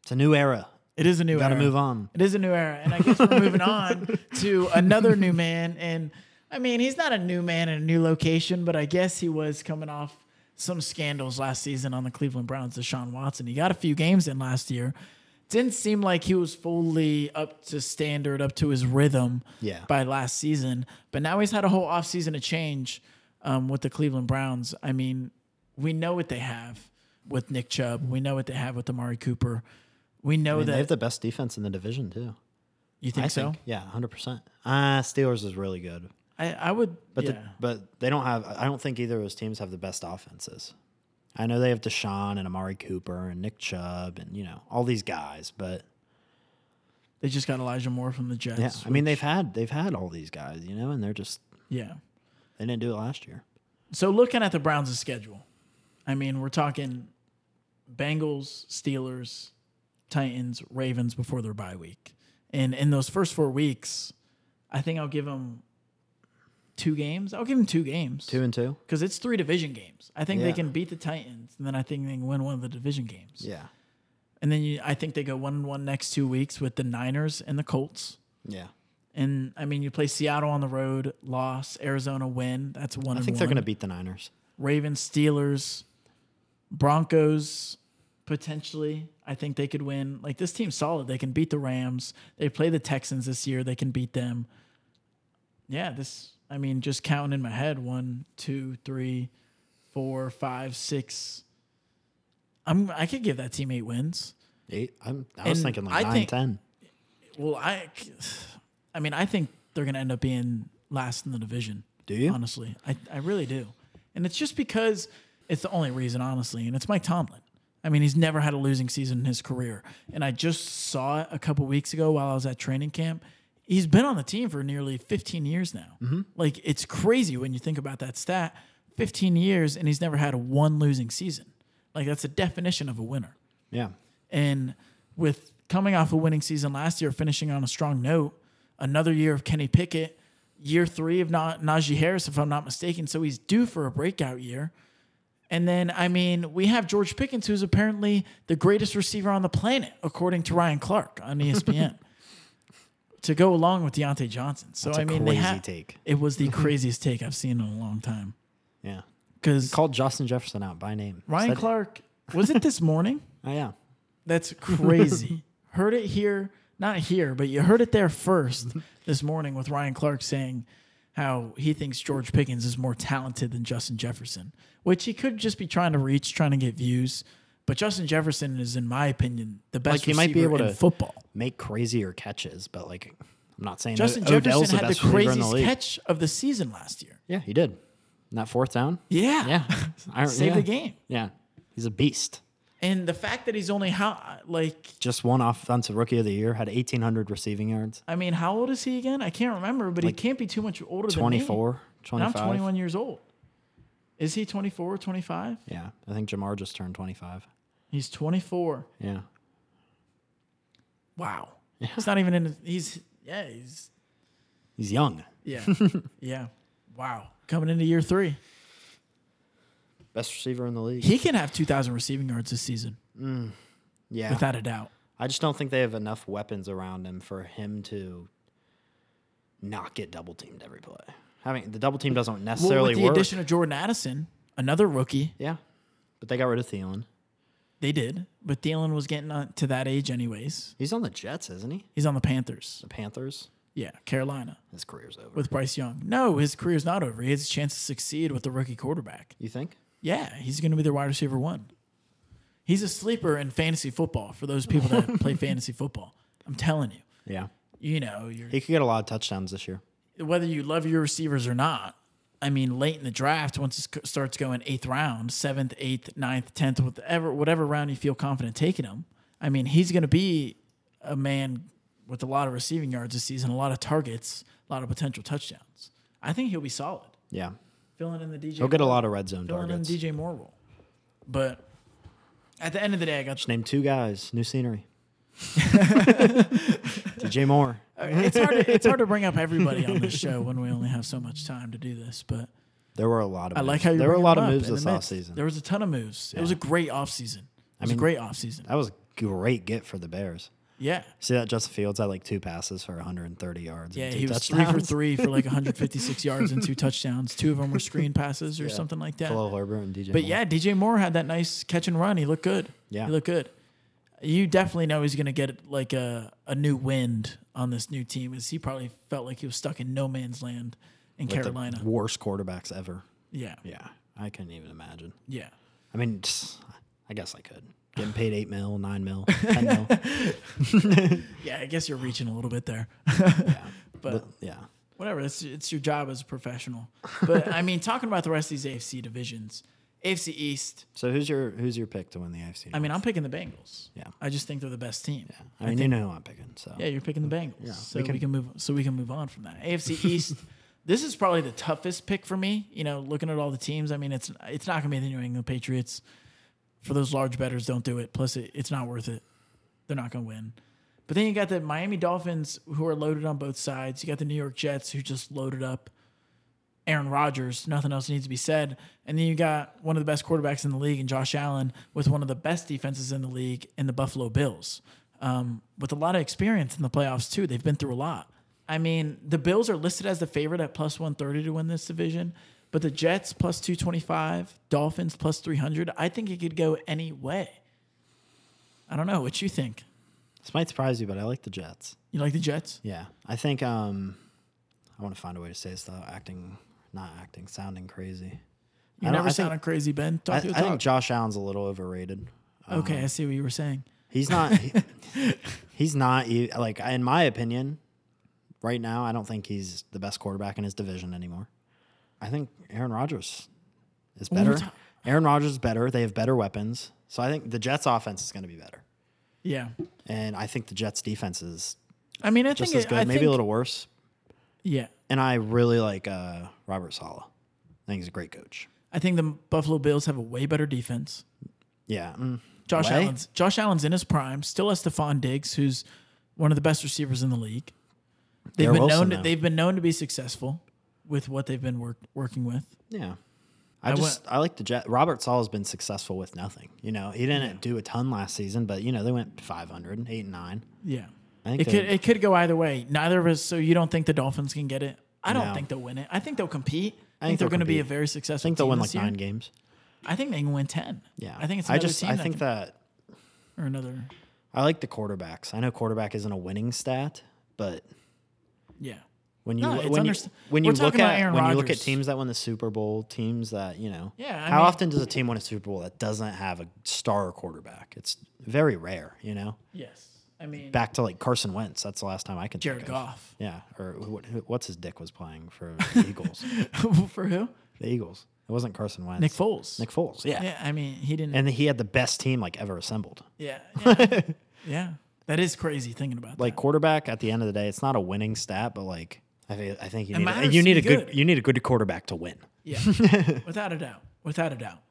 Speaker 2: it's a new era.
Speaker 1: It is a new
Speaker 2: Gotta
Speaker 1: era.
Speaker 2: move on.
Speaker 1: It is a new era, and I guess we're
Speaker 2: (laughs)
Speaker 1: moving on to another new man. And I mean, he's not a new man in a new location, but I guess he was coming off some scandals last season on the Cleveland Browns. Deshaun Watson, he got a few games in last year. Didn't seem like he was fully up to standard, up to his rhythm
Speaker 2: Yeah.
Speaker 1: by last season. But now he's had a whole offseason to change um, with the Cleveland Browns. I mean, we know what they have with Nick Chubb. We know what they have with Amari Cooper. We know
Speaker 2: And
Speaker 1: that
Speaker 2: they have the best defense in the division too.
Speaker 1: you think
Speaker 2: I
Speaker 1: so.
Speaker 2: think. Yeah, hundred percent. Ah, Steelers is really good,
Speaker 1: I, I would,
Speaker 2: but
Speaker 1: yeah.
Speaker 2: the, but they don't have. I don't think either of those teams have the best offenses. I know they have Deshaun and Amari Cooper and Nick Chubb and you know all these guys, but
Speaker 1: They just got Elijah Moore from the Jets.
Speaker 2: Yeah, I mean they've had they've had all these guys, you know, and they're just
Speaker 1: yeah.
Speaker 2: they didn't do it last year.
Speaker 1: So looking at the Browns' schedule, I mean, we're talking Bengals, Steelers, Titans, Ravens before their bye week. And in those first four weeks, I think I'll give them two games. I'll give them two games.
Speaker 2: Two and two.
Speaker 1: Because it's three division games. I think they
Speaker 2: Yeah.
Speaker 1: can beat the Titans, and then I think they can win one of the division games.
Speaker 2: Yeah,
Speaker 1: And then you, I think they go one and one next two weeks with the Niners and the Colts.
Speaker 2: yeah.
Speaker 1: And I mean, you play Seattle on the road, loss. Arizona win. That's one.
Speaker 2: I
Speaker 1: and
Speaker 2: think they're
Speaker 1: one.
Speaker 2: going to beat the Niners.
Speaker 1: Ravens, Steelers, Broncos, potentially. I think they could win. Like this team's solid. They can beat the Rams. They play the Texans this year. They can beat them. Yeah, this. I mean, just counting in my head: one, two, three, four, five, six. I'm. I could give that team eight wins.
Speaker 2: Eight. I'm, I was
Speaker 1: And
Speaker 2: thinking
Speaker 1: I
Speaker 2: like nine,
Speaker 1: think-
Speaker 2: ten.
Speaker 1: Well, I. (sighs) I mean, I think they're gonna end up being last in the division.
Speaker 2: Do you?
Speaker 1: honestly. I, I really do. And it's just because it's the only reason, honestly. And it's Mike Tomlin. I mean, he's never had a losing season in his career. And I just saw it a couple weeks ago while I was at training camp. He's been on the team for nearly 15 years now.
Speaker 2: Mm-hmm.
Speaker 1: Like, it's crazy when you think about that stat 15 years, and he's never had one losing season. Like, that's the definition of a winner.
Speaker 2: Yeah.
Speaker 1: And with coming off a winning season last year, finishing on a strong note, another year of Kenny Pickett, year three of Na- Najee Harris, if I'm not mistaken. So he's due for a breakout year. And then, I mean, we have George Pickens, who's apparently the greatest receiver on the planet, according to Ryan Clark on E ESPN, (laughs) to go along with Deontay Johnson. So,
Speaker 2: That's a
Speaker 1: I mean, they
Speaker 2: crazy
Speaker 1: ha-
Speaker 2: take.
Speaker 1: It was the craziest take I've seen in a long time.
Speaker 2: Yeah.
Speaker 1: Because
Speaker 2: Called Justin Jefferson out by name.
Speaker 1: Ryan
Speaker 2: Said-
Speaker 1: Clark, was it this morning?
Speaker 2: Oh yeah. (laughs)
Speaker 1: That's crazy. heard it here, not here, but you heard it there first
Speaker 2: (laughs)
Speaker 1: this morning with Ryan Clark saying how he thinks George Pickens is more talented than Justin Jefferson, which he could just be trying to reach, trying to get views. But Justin Jefferson is, in my opinion, the best
Speaker 2: Like, he might be
Speaker 1: receiver
Speaker 2: able
Speaker 1: in
Speaker 2: to-
Speaker 1: football.
Speaker 2: Make crazier catches, but like I'm not saying
Speaker 1: Justin
Speaker 2: O- Odell's
Speaker 1: Jefferson had the
Speaker 2: best receiver in
Speaker 1: craziest
Speaker 2: league.
Speaker 1: catch of the season last year.
Speaker 2: Yeah, he did. In that fourth down.
Speaker 1: Yeah. (laughs)
Speaker 2: Yeah. I-
Speaker 1: Save
Speaker 2: yeah.
Speaker 1: the game.
Speaker 2: Yeah. He's a beast.
Speaker 1: And the fact that he's only how like
Speaker 2: Just won offensive rookie of the year, had 1,800 receiving yards,
Speaker 1: I mean, how old is he again? I can't remember, but he can't be too much older than me.
Speaker 2: 24,
Speaker 1: And
Speaker 2: 25.
Speaker 1: I'm 21 years old. Is he 24 or 25?
Speaker 2: Yeah, I think Jamar just turned 25.
Speaker 1: He's 24.
Speaker 2: Yeah.
Speaker 1: Wow. He's not even in. his- He's yeah. He's
Speaker 2: He's young. (laughs)
Speaker 1: yeah. yeah. Wow. Coming into year three,
Speaker 2: Best receiver in the league.
Speaker 1: he can have 2,000 receiving yards this season
Speaker 2: Yeah.
Speaker 1: without a doubt.
Speaker 2: I just don't think they have enough weapons around him for him to not get double teamed every play. Having the double team doesn't
Speaker 1: Well,
Speaker 2: necessarily
Speaker 1: with the
Speaker 2: work.
Speaker 1: addition of Jordan Addison, another rookie,
Speaker 2: yeah. But they got rid of Thielen.
Speaker 1: they did. But Thielen was getting on to that age anyways.
Speaker 2: He's on the Jets, isn't he?
Speaker 1: He's on the Panthers.
Speaker 2: The Panthers.
Speaker 1: Yeah, Carolina
Speaker 2: His career's over.
Speaker 1: with Bryce Young. No, his career's not over. He has a chance to succeed with the rookie quarterback.
Speaker 2: you think?
Speaker 1: Yeah, he's going to be their wide receiver one. He's a sleeper in fantasy football for those people that play fantasy football. I'm telling you,
Speaker 2: Yeah.
Speaker 1: you know, you're,
Speaker 2: He could get a lot of touchdowns this year.
Speaker 1: whether you love your receivers or not. I mean, late in the draft, once it sc- starts going eighth round, seventh, eighth, ninth, tenth, whatever, whatever round you feel confident taking him. I mean, he's going to be a man with a lot of receiving yards this season, a lot of targets, a lot of potential touchdowns. I think he'll be solid.
Speaker 2: Yeah.
Speaker 1: Filling in the DJ.
Speaker 2: He'll get a lot of red zone
Speaker 1: filling in
Speaker 2: targets.
Speaker 1: DJ Moore role. But at the end of the day, I got
Speaker 2: Just name two guys, new
Speaker 1: (laughs)
Speaker 2: scenery. DJ Moore.
Speaker 1: it's hard. To, it's hard to bring up everybody on this show when we only have so much time to do this. But
Speaker 2: There were a lot of
Speaker 1: I like
Speaker 2: moves.
Speaker 1: how you
Speaker 2: there were a
Speaker 1: bring
Speaker 2: lot
Speaker 1: them
Speaker 2: of
Speaker 1: up
Speaker 2: moves
Speaker 1: in
Speaker 2: this
Speaker 1: the midst.
Speaker 2: offseason.
Speaker 1: There was a ton of moves. It was a great offseason. It was a great offseason.
Speaker 2: That was a great get for the Bears.
Speaker 1: Yeah.
Speaker 2: See that Justin Fields had like two passes for 130 yards.
Speaker 1: Yeah,
Speaker 2: and two
Speaker 1: he was
Speaker 2: touchdowns.
Speaker 1: three for three for like 156 yards and two touchdowns. Two of them were screen passes or something like that.
Speaker 2: (laughs) Khalil Herbert and DJ.
Speaker 1: But
Speaker 2: Moore.
Speaker 1: yeah, DJ Moore had that nice catch and run. He looked good.
Speaker 2: Yeah.
Speaker 1: He looked good. You definitely know he's going to get like a, a new wind on this new team as he probably felt like he was stuck in no man's land in
Speaker 2: Like the
Speaker 1: Carolina.
Speaker 2: worst quarterbacks ever.
Speaker 1: yeah.
Speaker 2: Yeah, I couldn't even imagine.
Speaker 1: Yeah.
Speaker 2: I mean, tss, I guess I could. Getting paid eight mil,
Speaker 1: (laughs)
Speaker 2: nine mil, ten mil.
Speaker 1: Yeah, I guess you're reaching a little bit there. (laughs)
Speaker 2: But yeah,
Speaker 1: Whatever, it's it's your job as a professional. But I mean, talking about the rest of these AFC divisions, AFC East.
Speaker 2: So who's your who's your pick to win the AFC?
Speaker 1: I mean, I'm picking the Bengals.
Speaker 2: Yeah.
Speaker 1: I just think they're the best team. Yeah.
Speaker 2: I mean, you know who I'm picking. So
Speaker 1: Yeah, you're picking the Bengals. so we
Speaker 2: we
Speaker 1: can,
Speaker 2: can-
Speaker 1: move. So we can move on from that. (laughs) AFC East. this is probably the toughest pick for me. You know, looking at all the teams, I mean, it's it's not going to be the New England Patriots. For those large betters, don't do it. Plus, it, it's not worth it. They're not going to win. But then you got the Miami Dolphins, who are loaded on both sides. You got the New York Jets, who just loaded up. Aaron Rodgers, nothing else needs to be said. And then you got one of the best quarterbacks in the league, and Josh Allen, with one of the best defenses in the league, in the Buffalo Bills, um, with a lot of experience in the playoffs, too. They've been through a lot. I mean, the Bills are listed as the favorite at plus 130 to win this division, but the Jets plus 225, Dolphins plus 300. I think it could go any way. I don't know what you think.
Speaker 2: this might surprise you, but I like the Jets.
Speaker 1: You like the Jets?
Speaker 2: Yeah, I think um, I want to find a way to say this without acting, not acting, sounding crazy.
Speaker 1: You
Speaker 2: I don't-
Speaker 1: never
Speaker 2: I think-
Speaker 1: sounded crazy, Ben.
Speaker 2: I, I
Speaker 1: Talk your
Speaker 2: think
Speaker 1: talk.
Speaker 2: Josh Allen's a little overrated.
Speaker 1: okay, I see what you were saying.
Speaker 2: He's not.
Speaker 1: (laughs)
Speaker 2: he- he's not e- like in my opinion. Right now, I don't think he's the best quarterback in his division anymore. I think Aaron Rodgers is
Speaker 1: we
Speaker 2: better.
Speaker 1: ta-
Speaker 2: Aaron Rodgers is better. They have better weapons, so I think the Jets' offense is going to be better,
Speaker 1: Yeah.
Speaker 2: and I think the Jets' defense is
Speaker 1: I mean, I
Speaker 2: just
Speaker 1: think
Speaker 2: as
Speaker 1: it-
Speaker 2: good,
Speaker 1: I
Speaker 2: maybe
Speaker 1: think-
Speaker 2: a little worse.
Speaker 1: Yeah.
Speaker 2: And I really like uh, Robert Sala. I think he's a great coach.
Speaker 1: I think the Buffalo Bills have a way better defense.
Speaker 2: Yeah, mm,
Speaker 1: Josh
Speaker 2: Way?
Speaker 1: Allen's Josh Allen's in his prime, still has Stephon Diggs, who's one of the best receivers in the league. They've
Speaker 2: Garrett
Speaker 1: been
Speaker 2: Wilson,
Speaker 1: known to,
Speaker 2: though.
Speaker 1: they've been known to be successful with what they've been work, working with.
Speaker 2: yeah.
Speaker 1: I
Speaker 2: I,
Speaker 1: wa-
Speaker 2: just I like the Jet. Robert Sala has been successful with nothing. You know, he didn't do a ton last season, but you know they went 500, 8 and nine.
Speaker 1: Yeah.
Speaker 2: I think
Speaker 1: It
Speaker 2: they-
Speaker 1: could it could go either way. Neither of us so you don't think the Dolphins can get it? I don't
Speaker 2: No.
Speaker 1: think they'll win it. I think they'll compete. I
Speaker 2: I
Speaker 1: think,
Speaker 2: think
Speaker 1: they're
Speaker 2: they'll
Speaker 1: going to be a
Speaker 2: compete.
Speaker 1: very successful
Speaker 2: I think they'll
Speaker 1: team
Speaker 2: win
Speaker 1: this year.
Speaker 2: like nine games.
Speaker 1: I think they can win 10.
Speaker 2: Yeah,
Speaker 1: I think it's
Speaker 2: I
Speaker 1: another
Speaker 2: just
Speaker 1: team
Speaker 2: I
Speaker 1: that
Speaker 2: think
Speaker 1: can-
Speaker 2: that
Speaker 1: or another.
Speaker 2: I like the quarterbacks. I know quarterback isn't a winning stat, but
Speaker 1: Yeah.
Speaker 2: when you
Speaker 1: No, it's
Speaker 2: when you,
Speaker 1: underst-
Speaker 2: when
Speaker 1: we're
Speaker 2: you look
Speaker 1: talking about
Speaker 2: at
Speaker 1: Aaron
Speaker 2: when you look at
Speaker 1: Rodgers.
Speaker 2: teams that win the Super Bowl, teams that you know,
Speaker 1: Yeah, I
Speaker 2: how
Speaker 1: mean-
Speaker 2: often does a team win a Super Bowl that doesn't have a star quarterback? It's very rare, you know.
Speaker 1: Yes. I mean
Speaker 2: Back to like Carson Wentz, that's the last time I can.
Speaker 1: Jared
Speaker 2: think of.
Speaker 1: Goff.
Speaker 2: yeah, or what, who- what's his dick was playing for
Speaker 1: (laughs)
Speaker 2: the Eagles?
Speaker 1: For who?
Speaker 2: The Eagles. It wasn't Carson Wentz.
Speaker 1: Nick Foles.
Speaker 2: Nick Foles. Yeah.
Speaker 1: Yeah, I mean, he didn't
Speaker 2: and he had the best team like ever assembled.
Speaker 1: Yeah. Yeah. yeah. That is crazy thinking about
Speaker 2: Like
Speaker 1: that.
Speaker 2: quarterback, at the end of the day, it's not a winning stat, but like I, thi- I think you
Speaker 1: It
Speaker 2: need a,
Speaker 1: matters
Speaker 2: you
Speaker 1: to
Speaker 2: need
Speaker 1: be
Speaker 2: a good,
Speaker 1: good.
Speaker 2: you need a good quarterback to win.
Speaker 1: Yeah. Without a doubt. Without a doubt.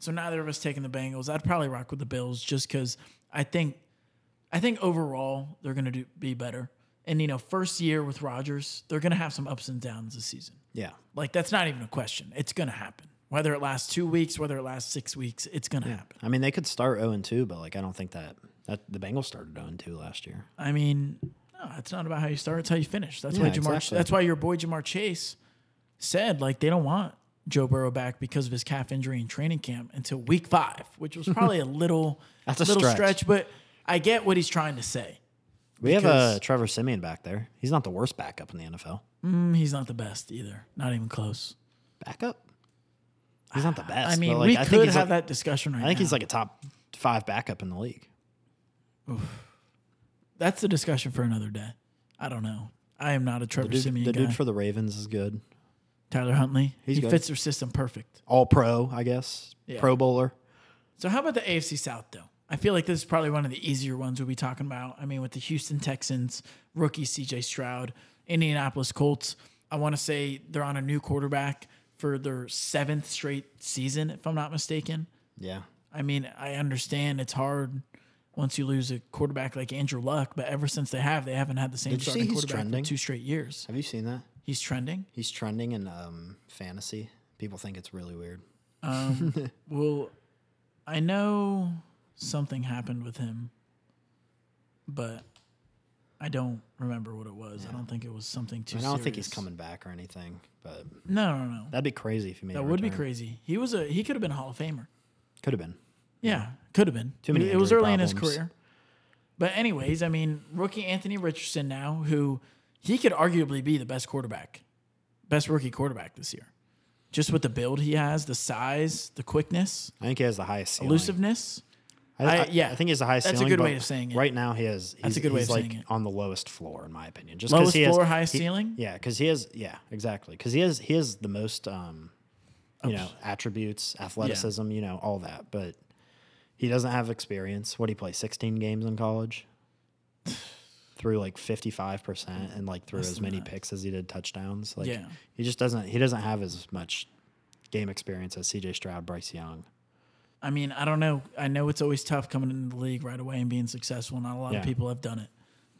Speaker 1: So neither of us taking the Bengals. I'd probably rock with the Bills just because I think I think overall they're gonna do be better. And you know, first year with Rodgers, they're gonna have some ups and downs this season.
Speaker 2: Yeah.
Speaker 1: Like that's not even a question. It's gonna happen. Whether it lasts two weeks, whether it lasts six weeks, it's gonna happen.
Speaker 2: I mean, they could start 0 and 2, but like I don't think that, that the Bengals started 0 and 2 last year.
Speaker 1: I mean, no, it's not about how you start; it's how you finish. That's why
Speaker 2: Yeah,
Speaker 1: Jamar.
Speaker 2: exactly.
Speaker 1: That's why your boy Jamar Chase said like they don't want Joe Burrow back because of his calf injury in training camp until week five, which
Speaker 2: (laughs)
Speaker 1: was probably a little
Speaker 2: That's a
Speaker 1: little
Speaker 2: stretch.
Speaker 1: But I get what he's trying to say.
Speaker 2: We have
Speaker 1: Because-
Speaker 2: uh, Trevor Simeon back there. He's not the worst backup in the NFL.
Speaker 1: Mm, he's not the best either. Not even close.
Speaker 2: Backup? He's not the best.
Speaker 1: I
Speaker 2: but,
Speaker 1: mean,
Speaker 2: like,
Speaker 1: we
Speaker 2: I think
Speaker 1: could
Speaker 2: he's,
Speaker 1: have
Speaker 2: like-
Speaker 1: that discussion right
Speaker 2: I think he's
Speaker 1: now.
Speaker 2: like a top five backup in the league.
Speaker 1: that's the discussion for another day. I don't know. I am not a Trevor
Speaker 2: The dude,
Speaker 1: Simeon
Speaker 2: the
Speaker 1: guy.
Speaker 2: dude for the Ravens is good.
Speaker 1: Tyler Huntley.
Speaker 2: He's
Speaker 1: he
Speaker 2: good.
Speaker 1: fits their system perfect.
Speaker 2: All pro, I guess.
Speaker 1: Yeah.
Speaker 2: Pro bowler.
Speaker 1: So how about the AFC South though? I feel like this is probably one of the easier ones we'll be talking about. I mean, with the Houston Texans, rookie CJ Stroud, Indianapolis Colts. I want to say they're on a new quarterback for their seventh straight season, if I'm not mistaken.
Speaker 2: Yeah.
Speaker 1: I mean, I understand it's hard once you lose a quarterback like Andrew Luck, but ever since they have, they haven't had the same
Speaker 2: Did you see
Speaker 1: starting
Speaker 2: he's
Speaker 1: quarterback
Speaker 2: trending?
Speaker 1: for two straight years.
Speaker 2: Have you seen that?
Speaker 1: He's trending.
Speaker 2: He's trending in um, fantasy. People think it's really weird.
Speaker 1: Well, I know something happened with him, but I don't remember what it was. I don't think it was something too.
Speaker 2: I don't think he's
Speaker 1: serious.
Speaker 2: coming back or anything, but
Speaker 1: No, no, no.
Speaker 2: that'd be crazy if he made.
Speaker 1: That would be crazy. He was a. He could have been a Hall of Famer.
Speaker 2: Could have been.
Speaker 1: Yeah, could have been.
Speaker 2: Too many
Speaker 1: It was
Speaker 2: injury
Speaker 1: early in his
Speaker 2: problems.
Speaker 1: career. But anyways, I mean, rookie Anthony Richardson now, who he could arguably be the best quarterback, best rookie quarterback this year, just with the build he has, the size, the quickness,
Speaker 2: I think he has the highest ceiling.
Speaker 1: elusiveness.
Speaker 2: I,
Speaker 1: I-
Speaker 2: I-
Speaker 1: yeah.
Speaker 2: I think he has the highest.
Speaker 1: That's a
Speaker 2: ceiling,
Speaker 1: good
Speaker 2: but
Speaker 1: way of saying it.
Speaker 2: Right now, he has. He's,
Speaker 1: a good way
Speaker 2: he's
Speaker 1: of
Speaker 2: like
Speaker 1: saying it.
Speaker 2: on the lowest floor, in my opinion. Just 'cause
Speaker 1: Lowest
Speaker 2: he has-
Speaker 1: floor, highest
Speaker 2: he-
Speaker 1: ceiling?
Speaker 2: Yeah, because he has. Yeah, exactly. Because he has. He has the most um, you know, attributes, athleticism, you know, all that. But he doesn't have experience. What did he play? 16 games
Speaker 1: (sighs)
Speaker 2: in college? threw like 55% and like threw as many picks as he did touchdowns. Like
Speaker 1: Yeah.
Speaker 2: he just doesn't he doesn't have as much game experience as CJ Stroud, Bryce Young.
Speaker 1: I mean, I don't know. I know it's always tough coming into the league right away and being successful. Not a lot
Speaker 2: Yeah.
Speaker 1: of people have done it.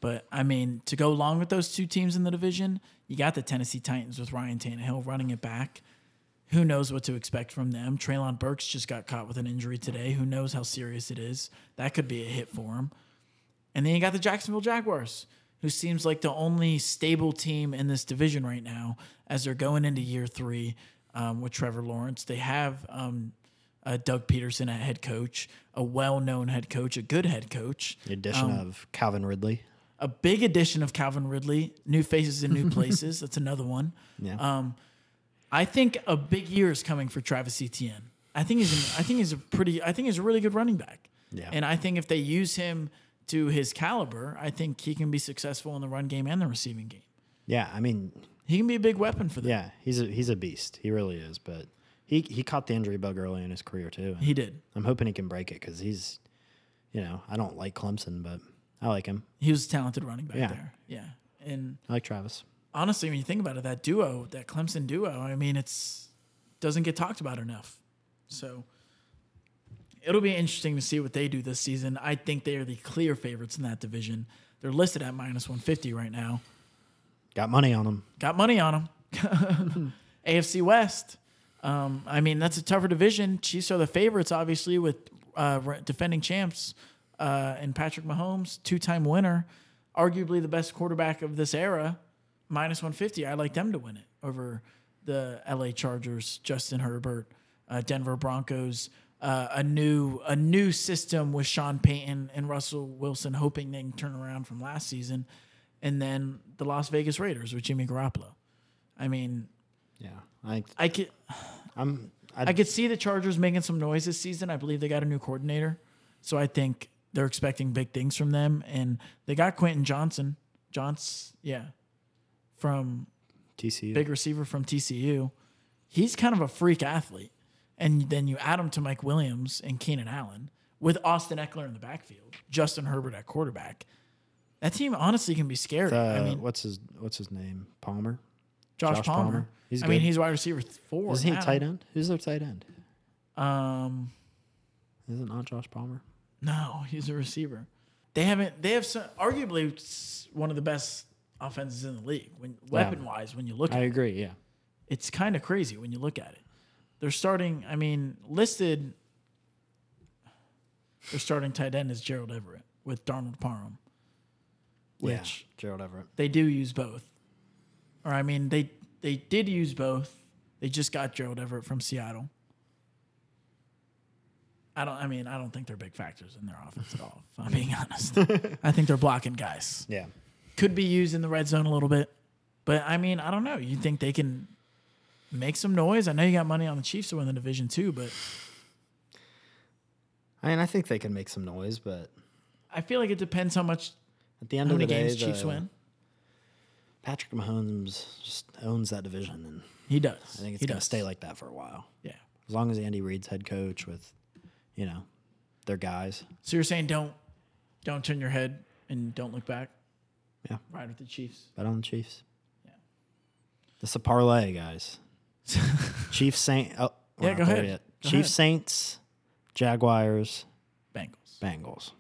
Speaker 1: But I mean, to go along with those two teams in the division, you got the Tennessee Titans with Ryan Tannehill running it back. Who knows what to expect from them? Traylon Burks just got caught with an injury today. Who knows how serious it is? That could be a hit for him. And then you got the Jacksonville Jaguars, who seems like the only stable team in this division right now as they're going into year three um, with Trevor Lawrence. They have um, uh, Doug Peterson at head coach, a well known head coach, a good head coach,
Speaker 2: The addition
Speaker 1: Um,
Speaker 2: of Calvin Ridley.
Speaker 1: a big addition of Calvin Ridley, new faces in new places. That's another one.
Speaker 2: Yeah.
Speaker 1: I think a big year is coming for Travis Etienne. I think he's an, I think he's a pretty I think he's a really good running back.
Speaker 2: Yeah.
Speaker 1: And I think if they use him to his caliber, I think he can be successful in the run game and the receiving game.
Speaker 2: yeah, I mean,
Speaker 1: He can be a big weapon for them.
Speaker 2: yeah, he's a he's a beast. He really is, but he he caught the injury bug early in his career too.
Speaker 1: He did.
Speaker 2: I'm hoping he can break it cuz he's you know, I don't like Clemson, but I like him.
Speaker 1: He was a talented running back
Speaker 2: Yeah.
Speaker 1: there. Yeah. And
Speaker 2: I like Travis.
Speaker 1: honestly, when you think about it, that duo, that Clemson duo, I mean, it's doesn't get talked about enough. So it'll be interesting to see what they do this season. I think they are the clear favorites in that division. They're listed at minus 150 right now.
Speaker 2: Got money on him.
Speaker 1: Got money on them. AFC West. Um, I mean, that's a tougher division. Chiefs are the favorites, obviously, with uh, re- defending champs uh, and Patrick Mahomes, two-time winner, arguably the best quarterback of this era, minus 150. I like them to win it over the LA Chargers, Justin Herbert, uh, Denver Broncos. Uh, a new a new system with Sean Payton and Russell Wilson, hoping they can turn around from last season, and then the Las Vegas Raiders with Jimmy Garoppolo. I mean,
Speaker 2: Yeah. I
Speaker 1: I could
Speaker 2: I'm
Speaker 1: I could see the Chargers making some noise this season. I believe they got a new coordinator, so I think they're expecting big things from them. And they got Quentin Johnson, Johns, yeah, from
Speaker 2: TCU.
Speaker 1: big receiver from TCU. He's kind of a freak athlete. And then you add him to Mike Williams and Keenan Allen with Austin Eckler in the backfield, Justin Herbert at quarterback. That team honestly can be scary.
Speaker 2: Uh,
Speaker 1: I mean,
Speaker 2: what's his what's his name? Palmer.
Speaker 1: Josh,
Speaker 2: Josh
Speaker 1: Palmer.
Speaker 2: Palmer. He's
Speaker 1: I mean,
Speaker 2: good.
Speaker 1: he's wide receiver four.
Speaker 2: Isn't he
Speaker 1: now.
Speaker 2: a tight end? Who's their tight end?
Speaker 1: Um,
Speaker 2: Is it not Josh Palmer?
Speaker 1: No, he's a receiver. They haven't. They have some, arguably s- one of the best offenses in the league when weapon wise. When you look,
Speaker 2: I
Speaker 1: at it.
Speaker 2: agree. Yeah,
Speaker 1: it's kind of crazy when you look at it. They're starting. I mean, listed. Their starting tight end is Gerald Everett with Darnold Parham. Which
Speaker 2: Gerald Everett.
Speaker 1: they do use both, or I mean, they they did use both. They just got Gerald Everett from Seattle. I don't. I mean, I don't think they're big factors in their offense at all. If I'm being (laughs) honest, I think they're blocking guys.
Speaker 2: Yeah,
Speaker 1: Could be used in the red zone a little bit, but I mean, I don't know. You think they can make some noise? I know you got money on the Chiefs to win the division too, but
Speaker 2: I mean, I think they can make some noise, but
Speaker 1: I feel like it depends how much
Speaker 2: at the end
Speaker 1: how
Speaker 2: of
Speaker 1: many
Speaker 2: the day,
Speaker 1: games the Chiefs
Speaker 2: the-
Speaker 1: win.
Speaker 2: Patrick Mahomes just owns that division, and
Speaker 1: He does.
Speaker 2: I think it's
Speaker 1: he
Speaker 2: gonna
Speaker 1: does.
Speaker 2: stay like that for a while,
Speaker 1: yeah.
Speaker 2: as long as Andy Reid's head coach with, you know, their guys.
Speaker 1: So you're saying don't don't turn your head and don't look back.
Speaker 2: Yeah.
Speaker 1: Ride with the Chiefs.
Speaker 2: Bet on the Chiefs.
Speaker 1: Yeah.
Speaker 2: It's a
Speaker 1: (laughs)
Speaker 2: parlay, guys. Chiefs, Saint. Oh,
Speaker 1: Yeah,
Speaker 2: we're not
Speaker 1: go
Speaker 2: there
Speaker 1: ahead.
Speaker 2: yet.
Speaker 1: Go
Speaker 2: Chiefs,
Speaker 1: ahead.
Speaker 2: Saints, Jaguars,
Speaker 1: Bengals.
Speaker 2: Bengals.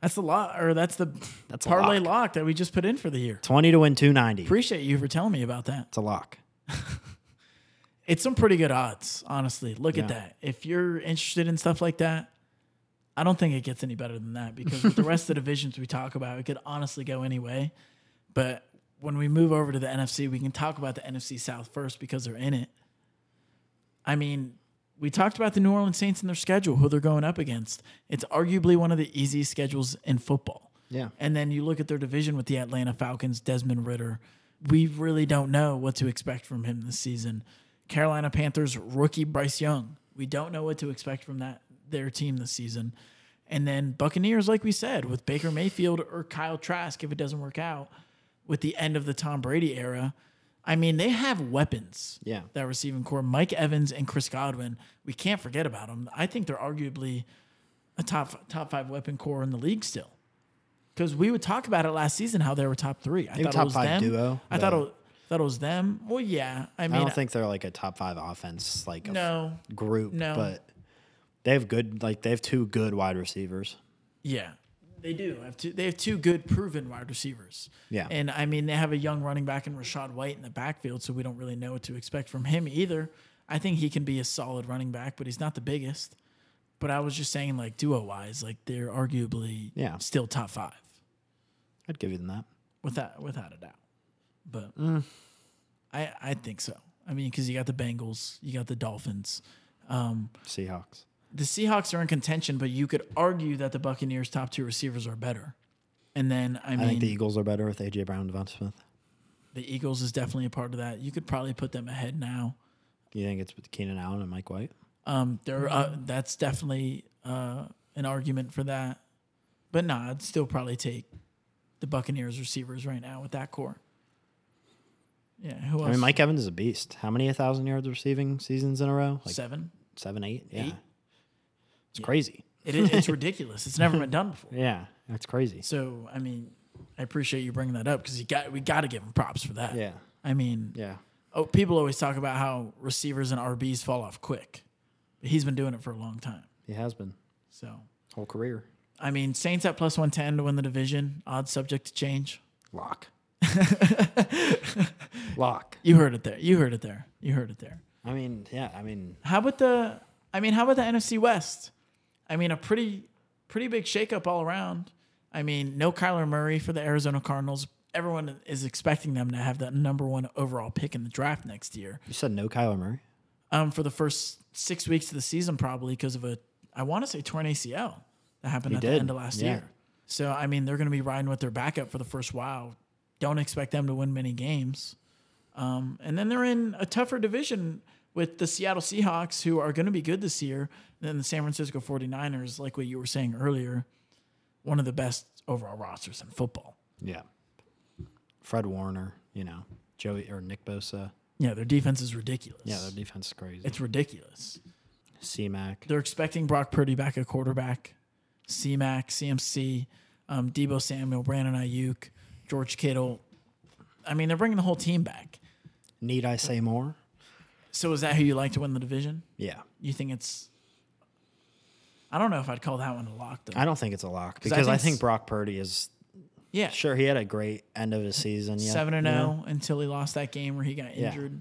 Speaker 1: That's the lot, or that's the
Speaker 2: That's a
Speaker 1: parlay
Speaker 2: lock.
Speaker 1: lock. that we just put in for the year.
Speaker 2: Twenty to win two ninety.
Speaker 1: Appreciate you for telling me about that.
Speaker 2: It's a lock.
Speaker 1: It's some pretty good odds, honestly. Look
Speaker 2: Yeah.
Speaker 1: at that. If you're interested in stuff like that, I don't think it gets any better than that because with the rest of the divisions we talk about, it could honestly go any way. But when we move over to the NFC, we can talk about the NFC South first because they're in it. I mean, we talked about the New Orleans Saints and their schedule, who they're going up against. It's arguably one of the easiest schedules in football.
Speaker 2: Yeah.
Speaker 1: And then you look at their division with the Atlanta Falcons, Desmond Ritter. We really don't know what to expect from him this season. Carolina Panthers rookie Bryce Young. We don't know what to expect from that their team this season. And then Buccaneers, like we said, with Baker Mayfield or Kyle Trask, if it doesn't work out, with the end of the Tom Brady era. I mean, they have weapons.
Speaker 2: Yeah.
Speaker 1: That receiving core, Mike Evans and Chris Godwin. We can't forget about them. I think they're arguably a top top five weapon core in the league still. Because we would talk about it last season how they were top three. I
Speaker 2: They were
Speaker 1: thought
Speaker 2: top
Speaker 1: it was
Speaker 2: five
Speaker 1: them.
Speaker 2: duo,
Speaker 1: I thought
Speaker 2: but-
Speaker 1: it, was- thought it was them. Well, yeah. I
Speaker 2: I,
Speaker 1: mean,
Speaker 2: don't think they're like a top five offense like of
Speaker 1: no.
Speaker 2: group,
Speaker 1: No.
Speaker 2: but they have good like they have two good wide receivers.
Speaker 1: Yeah, they do have two. They have two good, proven wide receivers.
Speaker 2: Yeah.
Speaker 1: and I mean they have a young running back in Rashad White in the backfield, so we don't really know what to expect from him either. I think he can be a solid running back, but he's not the biggest. But I was just saying, like duo wise, like they're arguably
Speaker 2: Yeah.
Speaker 1: still top five
Speaker 2: I'd give you them that.
Speaker 1: without without a doubt. But
Speaker 2: Mm.
Speaker 1: I I think so. I mean, because you got the Bengals, you got the Dolphins.
Speaker 2: Seahawks.
Speaker 1: the Seahawks are in contention, but you could argue that the Buccaneers' top two receivers are better. And then I
Speaker 2: I,
Speaker 1: mean,
Speaker 2: think the
Speaker 1: the,
Speaker 2: Eagles are better with AJ Brown and Devonta Smith.
Speaker 1: Eagles is definitely a part of that. You could probably put them ahead now.
Speaker 2: You think it's with Keenan Allen and Mike White?
Speaker 1: Um, there, uh, that's definitely uh, an argument for that. But nah, I'd still probably take the Buccaneers receivers right now with that core. Yeah, who else?
Speaker 2: I mean, Mike Evans is a beast. How many thousand yards receiving seasons in a row? Like
Speaker 1: seven.
Speaker 2: seven, eight? Yeah.
Speaker 1: Eight?
Speaker 2: It's crazy.
Speaker 1: It is. It's ridiculous. It's never been done before.
Speaker 2: Yeah, that's crazy.
Speaker 1: So I mean, I appreciate you bringing that up because you got we got to give them props for that.
Speaker 2: Yeah,
Speaker 1: I mean,
Speaker 2: yeah.
Speaker 1: Oh, people always talk about how receivers and RBs fall off quick. But he's been doing it for a long time.
Speaker 2: He has been
Speaker 1: So,
Speaker 2: whole career.
Speaker 1: I mean, Saints at plus 110 to win the division. Odd subject to change.
Speaker 2: Lock. Lock.
Speaker 1: You heard it there. You heard it there. You heard it there.
Speaker 2: I mean, yeah. I mean,
Speaker 1: How about the I mean, how about the NFC West? I mean, a pretty pretty big shakeup all around. I mean, no Kyler Murray for the Arizona Cardinals. Everyone is expecting them to have that number one overall pick in the draft next year.
Speaker 2: you said no Kyler Murray.
Speaker 1: um, for the first six weeks of the season, probably because of a, I want to say torn ACL that happened at the
Speaker 2: did,
Speaker 1: end of last
Speaker 2: yeah.
Speaker 1: year. So, I mean, they're going to be riding with their backup for the first while. Don't expect them to win many games. Um, and then they're in a tougher division with the Seattle Seahawks, who are going to be good this year. And then the San Francisco 49ers, like what you were saying earlier, one of the best overall rosters in football.
Speaker 2: Yeah. Fred Warner, you know, Joey or Nick Bosa.
Speaker 1: Yeah, their defense is ridiculous.
Speaker 2: Yeah, their defense is crazy.
Speaker 1: it's ridiculous.
Speaker 2: C Mac.
Speaker 1: They're expecting Brock Purdy back at quarterback, CMAC, CMC, um, Debo Samuel, Brandon Ayuk, George Kittle. I mean, they're bringing the whole team back.
Speaker 2: Need I say more?
Speaker 1: So is that who you like to win the division?
Speaker 2: Yeah.
Speaker 1: You think it's? I don't know if I'd call that one a lock though.
Speaker 2: I don't think it's a lock
Speaker 1: I
Speaker 2: because I
Speaker 1: think
Speaker 2: think
Speaker 1: s-
Speaker 2: Brock Purdy is
Speaker 1: yeah,
Speaker 2: sure he had a great end of his season. Yeah,
Speaker 1: seven and oh.
Speaker 2: you know,
Speaker 1: zero until he lost that game where he got injured.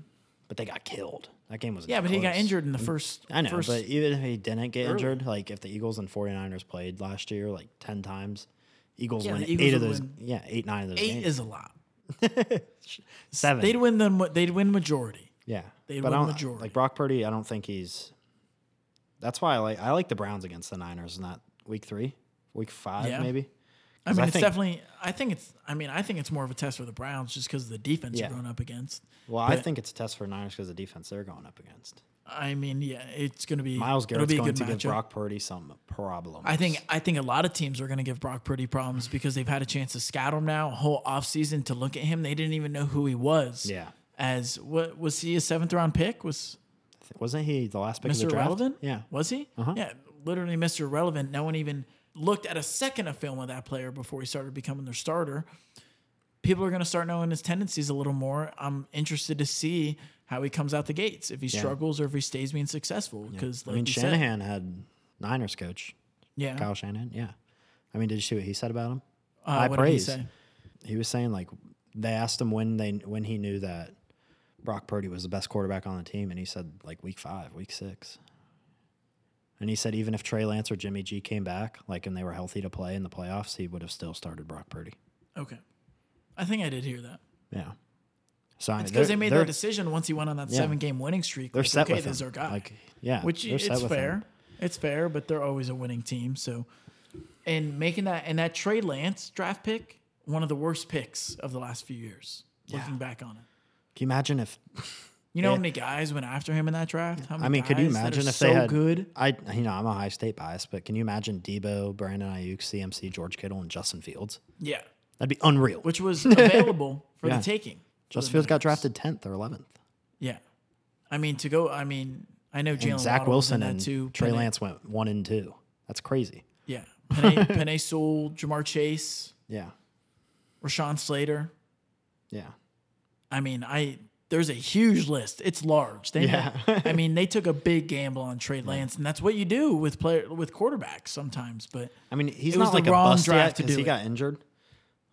Speaker 2: but they got killed. That game was
Speaker 1: Yeah, but he got
Speaker 2: close.
Speaker 1: injured in the first.
Speaker 2: I know,
Speaker 1: first,
Speaker 2: but even if he didn't get injured, like if the Eagles and 49ers played last year like 10 times, Eagles
Speaker 1: Yeah,
Speaker 2: win
Speaker 1: the Eagles
Speaker 2: eight of
Speaker 1: would
Speaker 2: those.
Speaker 1: win.
Speaker 2: Yeah, eight, nine of those.
Speaker 1: eight
Speaker 2: games.
Speaker 1: is a lot.
Speaker 2: seven.
Speaker 1: They'd win them. They'd win majority.
Speaker 2: yeah,
Speaker 1: they'd
Speaker 2: but
Speaker 1: win
Speaker 2: I don't,
Speaker 1: majority.
Speaker 2: Like Brock Purdy, I don't think he's. That's why I like I like the Browns against the Niners in that week three, week five
Speaker 1: Yeah.
Speaker 2: maybe.
Speaker 1: I mean,
Speaker 2: I
Speaker 1: it's
Speaker 2: think-
Speaker 1: definitely. I think it's. I mean, I think it's more of a test for the Browns just because of the defense
Speaker 2: Yeah.
Speaker 1: you're going up against.
Speaker 2: Well, I
Speaker 1: But-
Speaker 2: think it's a test for Niners because the defense they're going up against.
Speaker 1: I mean, yeah, it's going to be
Speaker 2: Miles
Speaker 1: it'll
Speaker 2: Garrett's
Speaker 1: be a
Speaker 2: going
Speaker 1: good
Speaker 2: to give
Speaker 1: matchup.
Speaker 2: Brock Purdy some problems.
Speaker 1: I think I think a lot of teams are going to give Brock Purdy problems because they've had a chance to scout him now, a whole offseason to look at him. They didn't even know who he was.
Speaker 2: Yeah.
Speaker 1: As what was he a seventh round pick? Was
Speaker 2: wasn't he the last pick of the
Speaker 1: Mr.
Speaker 2: draft?
Speaker 1: Relevant?
Speaker 2: Yeah, Uh-huh.
Speaker 1: Was he? Yeah. Literally Mr. Relevant. No one even looked at a second of film of that player before he started becoming their starter. People are going to start knowing his tendencies a little more. I'm interested to see how he comes out the gates, if he struggles or if he stays being successful. Because,
Speaker 2: I
Speaker 1: like
Speaker 2: mean
Speaker 1: you said,
Speaker 2: Shanahan had Niners coach
Speaker 1: yeah.
Speaker 2: Kyle Shanahan. Yeah, I mean, did you see what he said about him?
Speaker 1: Uh,
Speaker 2: High
Speaker 1: what did he
Speaker 2: praise.
Speaker 1: say?
Speaker 2: He was saying like they asked him when they when he knew that Brock Purdy was the best quarterback on the team, and he said like week five, week six. And he said even if Trey Lance or Jimmy G came back, like and they were healthy to play in the playoffs, he would have still started Brock Purdy.
Speaker 1: Okay. I think I did hear that.
Speaker 2: Yeah. So I mean,
Speaker 1: It's because they made
Speaker 2: they're-
Speaker 1: that decision once he went on that seven game winning streak.
Speaker 2: They're
Speaker 1: like,
Speaker 2: set
Speaker 1: okay,
Speaker 2: with him.
Speaker 1: this is our guy.
Speaker 2: Like, yeah,
Speaker 1: Which
Speaker 2: they're set
Speaker 1: it's
Speaker 2: with him.
Speaker 1: fair. It's fair, but they're always a winning team. So and making that and that Trey Lance draft pick, one of the worst picks of the last few years, looking back on it.
Speaker 2: Can you imagine if
Speaker 1: You know how
Speaker 2: Yeah.
Speaker 1: many guys went after him in that draft? How many
Speaker 2: I mean, could you
Speaker 1: guys that are
Speaker 2: imagine if
Speaker 1: so
Speaker 2: they had
Speaker 1: good?
Speaker 2: I, you know, I'm a high state bias, but can you imagine Debo, Brandon Ayuk, CMC, George Kittle, and Justin Fields?
Speaker 1: Yeah.
Speaker 2: That'd be unreal. (laughs)
Speaker 1: Which was available for
Speaker 2: Yeah.
Speaker 1: the taking.
Speaker 2: Justin Fields got drafted tenth or eleventh.
Speaker 1: Yeah, I mean to go. I mean, I know Jalen
Speaker 2: And Zach
Speaker 1: Waddle was in
Speaker 2: Wilson
Speaker 1: that
Speaker 2: and
Speaker 1: too.
Speaker 2: Trey
Speaker 1: Penei-
Speaker 2: Lance went one and two. That's crazy.
Speaker 1: Yeah,
Speaker 2: (laughs)
Speaker 1: Penei, Penei Sewell, Jamar Chase,
Speaker 2: Yeah.
Speaker 1: Rashawn Slater.
Speaker 2: Yeah.
Speaker 1: I mean, I there's a huge list. It's large. They
Speaker 2: Yeah.
Speaker 1: I mean, they took a big gamble on Trey Lance, and that's what you do with player with quarterbacks sometimes. But
Speaker 2: I mean, he's
Speaker 1: It was
Speaker 2: not
Speaker 1: the
Speaker 2: like a
Speaker 1: wrong
Speaker 2: bust yet
Speaker 1: draft to
Speaker 2: because
Speaker 1: do
Speaker 2: he
Speaker 1: it.
Speaker 2: got injured.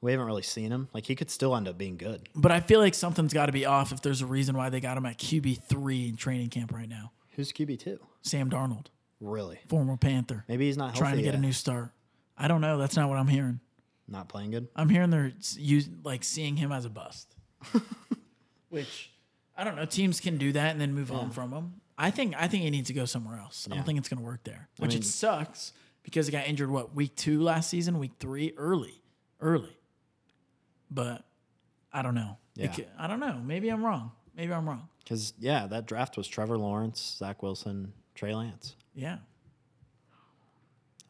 Speaker 2: We haven't really seen him. Like he could still end up being good.
Speaker 1: but I feel like something's got to be off if there's a reason why they got him at QB three in training camp right now.
Speaker 2: Who's QB two?
Speaker 1: Sam Darnold,
Speaker 2: Really?
Speaker 1: former Panther,
Speaker 2: Maybe he's not
Speaker 1: trying to
Speaker 2: healthy
Speaker 1: get a
Speaker 2: yet.
Speaker 1: new start. I don't know. That's not what I'm hearing.
Speaker 2: Not playing good.
Speaker 1: I'm hearing they're s- use, like seeing him as a
Speaker 2: (laughs)
Speaker 1: bust, which I don't know. Teams can do that and then move on from him. I think I think he needs to go somewhere else. I don't think it's going to work there, which it sucks because he got injured what week two last season, week three, early, early. But I don't know. It
Speaker 2: Yeah.
Speaker 1: ca- I don't know. Maybe I'm wrong. Maybe I'm wrong.
Speaker 2: Because yeah, that draft was Trevor Lawrence, Zach Wilson, Trey Lance. (laughs)
Speaker 1: Yeah.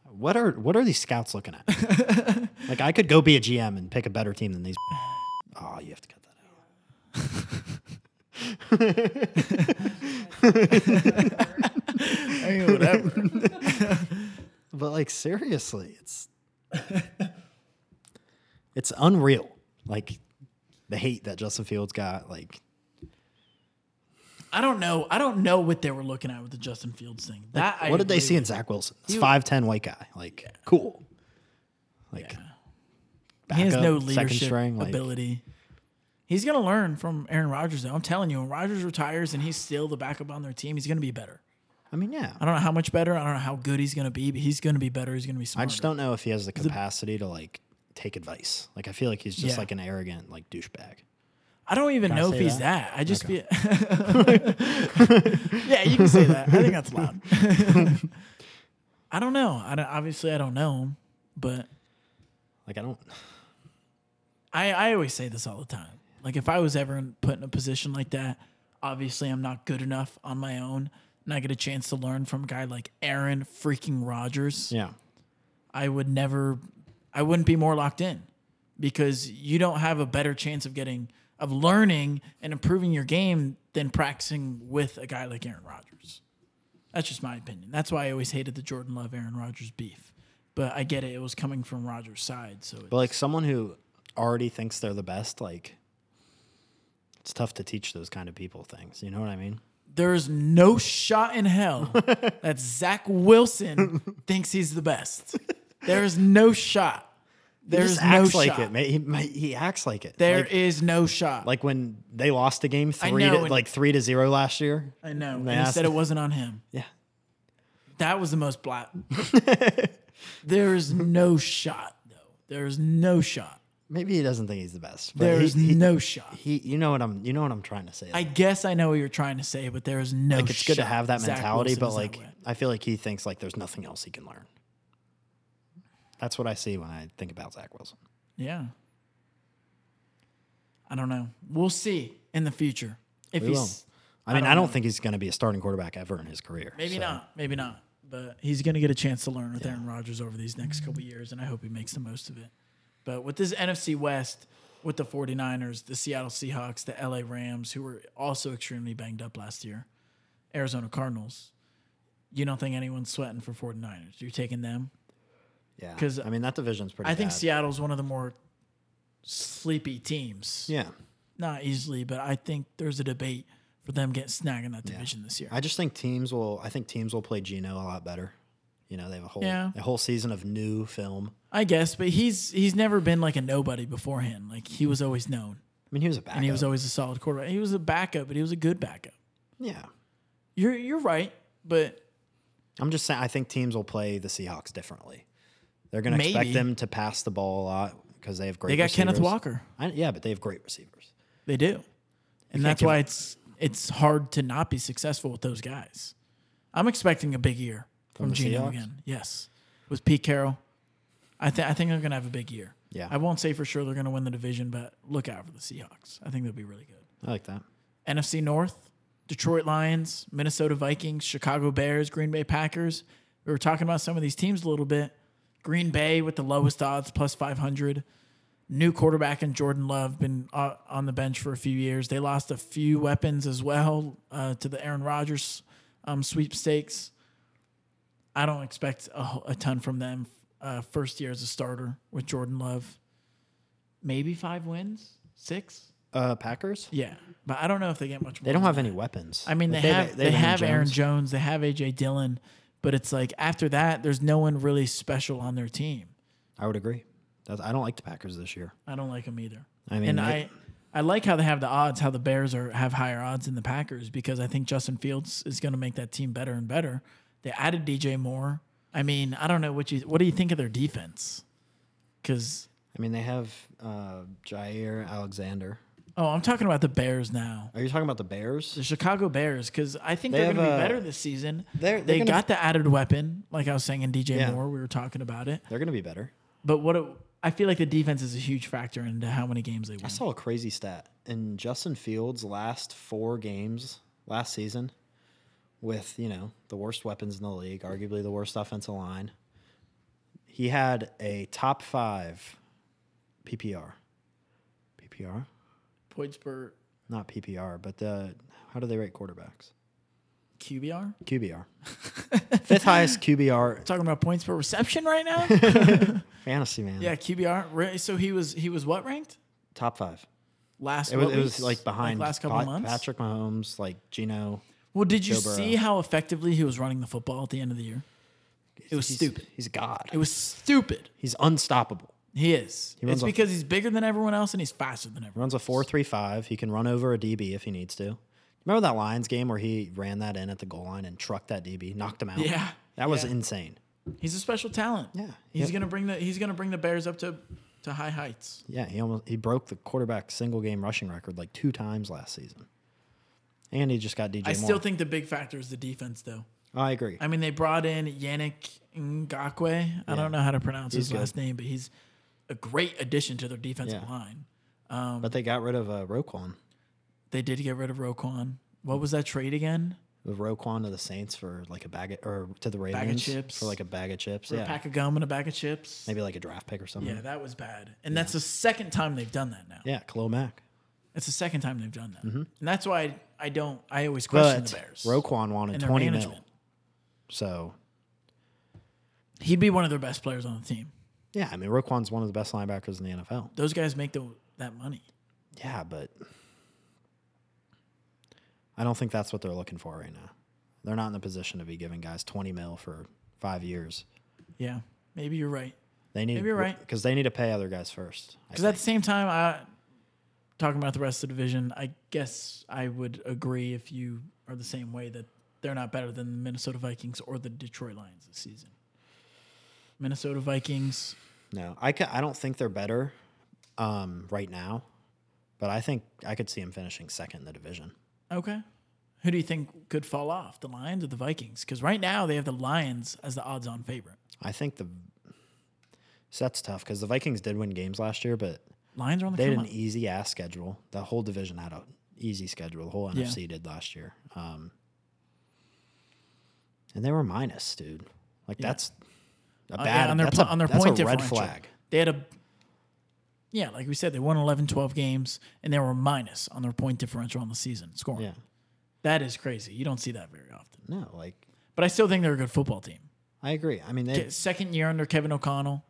Speaker 2: What are what are these scouts looking at?
Speaker 1: (laughs)
Speaker 2: like I could go be a GM and pick a better team than these. Oh, you have to cut that out.
Speaker 1: whatever.
Speaker 2: But like seriously, it's (laughs) it's unreal. Like the hate that Justin Fields got. Like
Speaker 1: (laughs) I don't know. I don't know what they were looking at with the Justin Fields thing. That I
Speaker 2: what did they
Speaker 1: agree
Speaker 2: see
Speaker 1: with.
Speaker 2: in Zach Wilson? This five ten white guy. Like cool. Like
Speaker 1: He has no
Speaker 2: backup,
Speaker 1: leadership
Speaker 2: like-
Speaker 1: ability. He's gonna learn from Aaron Rodgers. Though. I'm telling you, when Rodgers retires and he's still the backup on their team, he's gonna be better.
Speaker 2: I mean, yeah.
Speaker 1: I don't know how much better. I don't know how good he's gonna be, but he's gonna be better. He's gonna be
Speaker 2: I
Speaker 1: smarter.
Speaker 2: just don't know if he has the capacity to like take advice. Like I feel like he's just
Speaker 1: Yeah.
Speaker 2: like an arrogant like douchebag.
Speaker 1: I don't even know if
Speaker 2: say
Speaker 1: he's that. I just feel. (laughs) yeah, you can say that. I think that's
Speaker 2: (laughs)
Speaker 1: loud. (laughs) I don't know. I don't, obviously I don't know him, but
Speaker 2: Like I don't.
Speaker 1: I, I always say this all the time. Like if I was ever in- put in a position like that, obviously I'm not good enough on my own, and I get a chance to learn from a guy like Aaron freaking Rodgers.
Speaker 2: Yeah.
Speaker 1: I would never, I wouldn't be more locked in because you don't have a better chance of getting of learning and improving your game than practicing with a guy like Aaron Rodgers. That's just my opinion. That's why I always hated the Jordan Love Aaron Rodgers beef. But I get it. It was coming from Rodgers' side, so it's,
Speaker 2: But like someone who already thinks they're the best, like it's tough to teach those kind of people things. You know what I mean?
Speaker 1: There is no shot in
Speaker 2: (laughs)
Speaker 1: hell that Zach Wilson thinks he's the best. There is no shot.
Speaker 2: He
Speaker 1: There
Speaker 2: just
Speaker 1: is no
Speaker 2: acts
Speaker 1: shot.
Speaker 2: like it. ma- He, ma- he acts like it.
Speaker 1: There
Speaker 2: like,
Speaker 1: is no shot.
Speaker 2: like when they lost the game three
Speaker 1: know,
Speaker 2: to,
Speaker 1: and-
Speaker 2: like three to zero last year.
Speaker 1: I know. And
Speaker 2: they
Speaker 1: he
Speaker 2: asked-
Speaker 1: said it wasn't on him.
Speaker 2: Yeah.
Speaker 1: That was the most blat.
Speaker 2: (laughs)
Speaker 1: there is no shot, though. There is no shot.
Speaker 2: Maybe he doesn't think he's the best. But
Speaker 1: There
Speaker 2: he,
Speaker 1: is
Speaker 2: he-
Speaker 1: no shot.
Speaker 2: he- you know what I'm you know what I'm trying to say.
Speaker 1: I guess I know what you're trying to say, but there is no.
Speaker 2: like it's good to
Speaker 1: shot
Speaker 2: have that
Speaker 1: Zach
Speaker 2: mentality,
Speaker 1: Wilson
Speaker 2: but
Speaker 1: is that
Speaker 2: like
Speaker 1: way.
Speaker 2: I feel like he thinks like there's nothing else he can learn. That's what I see when I think about Zach Wilson.
Speaker 1: Yeah. I don't know. We'll see in the future if
Speaker 2: We
Speaker 1: he's.
Speaker 2: will. I mean, I don't, think he's going to be a starting quarterback ever in his career.
Speaker 1: Maybe
Speaker 2: so-
Speaker 1: not. Maybe not. But he's going to get a chance to learn with Aaron Rodgers over these next couple
Speaker 2: Mm-hmm.
Speaker 1: years, and I hope he makes the most of it. But with this NFC West, with the 49ers, the Seattle Seahawks, the LA Rams, who were also extremely banged up last year, Arizona Cardinals, you don't think anyone's sweating for 49ers. You're taking them?
Speaker 2: Yeah,
Speaker 1: 'Cause
Speaker 2: because I mean that division's pretty.
Speaker 1: I think
Speaker 2: bad.
Speaker 1: Seattle's one of the more sleepy teams.
Speaker 2: Yeah,
Speaker 1: Not easily, but I think there's a debate for them getting snagging that division this year.
Speaker 2: I just think teams will. I think teams will play Gino a lot better. You know, they have a whole
Speaker 1: Yeah.
Speaker 2: a whole season of new film.
Speaker 1: I guess, but he's he's never been like a nobody beforehand. Like he was always known,
Speaker 2: I mean, he was a backup.
Speaker 1: and he was always a solid quarterback. He was a backup, but he was a good backup.
Speaker 2: yeah.
Speaker 1: You're you're right, but
Speaker 2: I'm just saying. I think teams will play the Seahawks differently. They're going to
Speaker 1: Maybe.
Speaker 2: expect them to pass the ball a lot because they have great.
Speaker 1: they got Kenneth
Speaker 2: receivers.
Speaker 1: Walker.
Speaker 2: I, yeah, but they have great receivers.
Speaker 1: They do, and that's
Speaker 2: give-
Speaker 1: why it's it's hard to not be successful with those guys. I'm expecting a big year from,
Speaker 2: From the
Speaker 1: Geno
Speaker 2: Seahawks?
Speaker 1: again. Yes, with Pete Carroll, I think I think they're gonna have a big year.
Speaker 2: Yeah.
Speaker 1: I won't say for sure they're gonna win the division, but look out for the Seahawks. I think they'll be really good.
Speaker 2: I like that.
Speaker 1: NFC North, Detroit Lions, Minnesota Vikings, Chicago Bears, Green Bay Packers. We were talking about some of these teams a little bit. Green Bay with the lowest odds, plus 500. new quarterback in Jordan Love, been uh, on the bench for a few years. They lost a few weapons as well uh, to the Aaron Rodgers um, sweepstakes. I don't expect a, a ton from them. Uh, first year as a starter with Jordan Love, maybe five wins, six.
Speaker 2: Uh, Packers.
Speaker 1: Yeah, but I don't know if they get much. more
Speaker 2: They don't
Speaker 1: than
Speaker 2: have
Speaker 1: that.
Speaker 2: any weapons.
Speaker 1: I mean, they,
Speaker 2: Like,
Speaker 1: have they,
Speaker 2: have
Speaker 1: have Aaron Jones, they have AJ Dillon, but it's like after that, there's no one really special on their team.
Speaker 2: I would agree. That's, I don't like the Packers this year.
Speaker 1: I don't like them either.
Speaker 2: I mean,
Speaker 1: and
Speaker 2: they-
Speaker 1: I, I like how they have the odds, how the Bears are have higher odds than the Packers because I think Justin Fields is going to make that team better and better. They added DJ Moore. I mean, I don't know what you what do you think of their defense? Because
Speaker 2: I mean, they have uh, Jair Alexander.
Speaker 1: oh, I'm talking about the Bears now,
Speaker 2: Are you talking about the Bears?
Speaker 1: the Chicago Bears. Because I think
Speaker 2: They
Speaker 1: they are going to
Speaker 2: have
Speaker 1: be
Speaker 2: a-
Speaker 1: better this season.
Speaker 2: they're- they're
Speaker 1: they
Speaker 2: gonna-
Speaker 1: got the added weapon, like I was saying in DJ
Speaker 2: Yeah.
Speaker 1: Moore. We were talking about it.
Speaker 2: They're going to be better.
Speaker 1: But what it, I feel like the defense is a huge factor into how many games they win.
Speaker 2: I saw a crazy stat in Justin Fields' last four games last season, with you know the worst weapons in the league, arguably the worst offensive line. He had a top five PPR, PPR,
Speaker 1: Points per
Speaker 2: not PPR, but the how do they rate quarterbacks?
Speaker 1: QBR. (laughs)
Speaker 2: QBR, fifth highest QBR
Speaker 1: Talking about points per reception right (laughs) now.
Speaker 2: fantasy man.
Speaker 1: yeah, QBR. Re- So he was he was what ranked
Speaker 2: top five.
Speaker 1: last?
Speaker 2: It was,
Speaker 1: what
Speaker 2: it
Speaker 1: weeks?
Speaker 2: was like behind
Speaker 1: last couple
Speaker 2: Pa-
Speaker 1: months.
Speaker 2: Patrick Mahomes, like Gino.
Speaker 1: well, did you
Speaker 2: Joe Burrow.
Speaker 1: see how effectively he was running the football at the end of the year? It was
Speaker 2: He's-
Speaker 1: stupid.
Speaker 2: He's God.
Speaker 1: It was stupid.
Speaker 2: He's unstoppable.
Speaker 1: He is.
Speaker 2: runs
Speaker 1: it's
Speaker 2: off-
Speaker 1: because he's bigger than everyone else and he's faster than everyone.
Speaker 2: Runs a four three five. He can run over a DB if he needs to. Remember that Lions game where he ran that in at the goal line and trucked that DB, knocked him out.
Speaker 1: Yeah,
Speaker 2: that was
Speaker 1: yeah.
Speaker 2: insane.
Speaker 1: He's a special talent.
Speaker 2: Yeah.
Speaker 1: he's
Speaker 2: Yep.
Speaker 1: gonna bring the he's gonna bring the Bears up to to high heights.
Speaker 2: Yeah, he almost he broke the quarterback single game rushing record like two times last season. And he just got DJ
Speaker 1: I
Speaker 2: Moore.
Speaker 1: still think the big factor is the defense, though.
Speaker 2: I agree.
Speaker 1: I mean, they brought in Yannick Ngakwe. I don't know how to pronounce his
Speaker 2: He's good.
Speaker 1: last name, but he's a great addition to their defensive
Speaker 2: Yeah.
Speaker 1: line. Um,
Speaker 2: but they got rid of uh, Roquan.
Speaker 1: They did get rid of Roquan. What was that trade again?
Speaker 2: With Roquan to the Saints for like a bag of, or to the Ravens
Speaker 1: chips.
Speaker 2: for like a bag of chips.
Speaker 1: For
Speaker 2: yeah.
Speaker 1: A pack of gum and a bag of chips.
Speaker 2: Maybe like a draft pick or something.
Speaker 1: Yeah, that was bad. And that's the second time they've done that now.
Speaker 2: Yeah, Khalil Mack.
Speaker 1: It's the second time they've done that. And that's why I, I don't, I always question
Speaker 2: But
Speaker 1: the Bears
Speaker 2: Roquan wanted
Speaker 1: and their
Speaker 2: 20
Speaker 1: management.
Speaker 2: mil. So,
Speaker 1: He'd be one of their best players on the team.
Speaker 2: yeah, I mean, Roquan's one of the best linebackers in the NFL.
Speaker 1: Those guys make the, that money.
Speaker 2: Yeah, but I don't think that's what they're looking for right now. They're not in the position to be giving guys 20 mil for five years.
Speaker 1: Yeah, maybe you're right.
Speaker 2: They need
Speaker 1: Maybe you're right.
Speaker 2: because they need to pay other guys first. I
Speaker 1: Because at
Speaker 2: think.
Speaker 1: the same time, I talking about the rest of the division, I guess I would agree if you are the same way that they're not better than the Minnesota Vikings or the Detroit Lions this season. Minnesota Vikings,
Speaker 2: no, I ca- I don't think they're better um, right now, but I think I could see them finishing second in the division.
Speaker 1: okay. Who do you think could fall off, the Lions or the Vikings? Because right now they have the Lions as the odds-on favorite.
Speaker 2: I think the so that's tough because the Vikings did win games last year, but
Speaker 1: Lions are on the
Speaker 2: They e- had
Speaker 1: come
Speaker 2: an
Speaker 1: up.
Speaker 2: easy ass schedule. The whole division had a easy schedule. The whole
Speaker 1: Yeah.
Speaker 2: NFC did last year. Um, and they were minus, dude. Like that's a
Speaker 1: Uh,
Speaker 2: bad.
Speaker 1: yeah, on their
Speaker 2: that's
Speaker 1: po-
Speaker 2: a,
Speaker 1: on their
Speaker 2: that's
Speaker 1: point
Speaker 2: a red
Speaker 1: differential.
Speaker 2: flag.
Speaker 1: They had a yeah, like we said, they won 11, 12 games, and they were minus on their point differential on the season scoring.
Speaker 2: Yeah.
Speaker 1: That is crazy. You don't see that very often.
Speaker 2: No, like
Speaker 1: But I still think they're a good football team.
Speaker 2: I agree. I mean, they,
Speaker 1: Second year under Kevin O'Connell,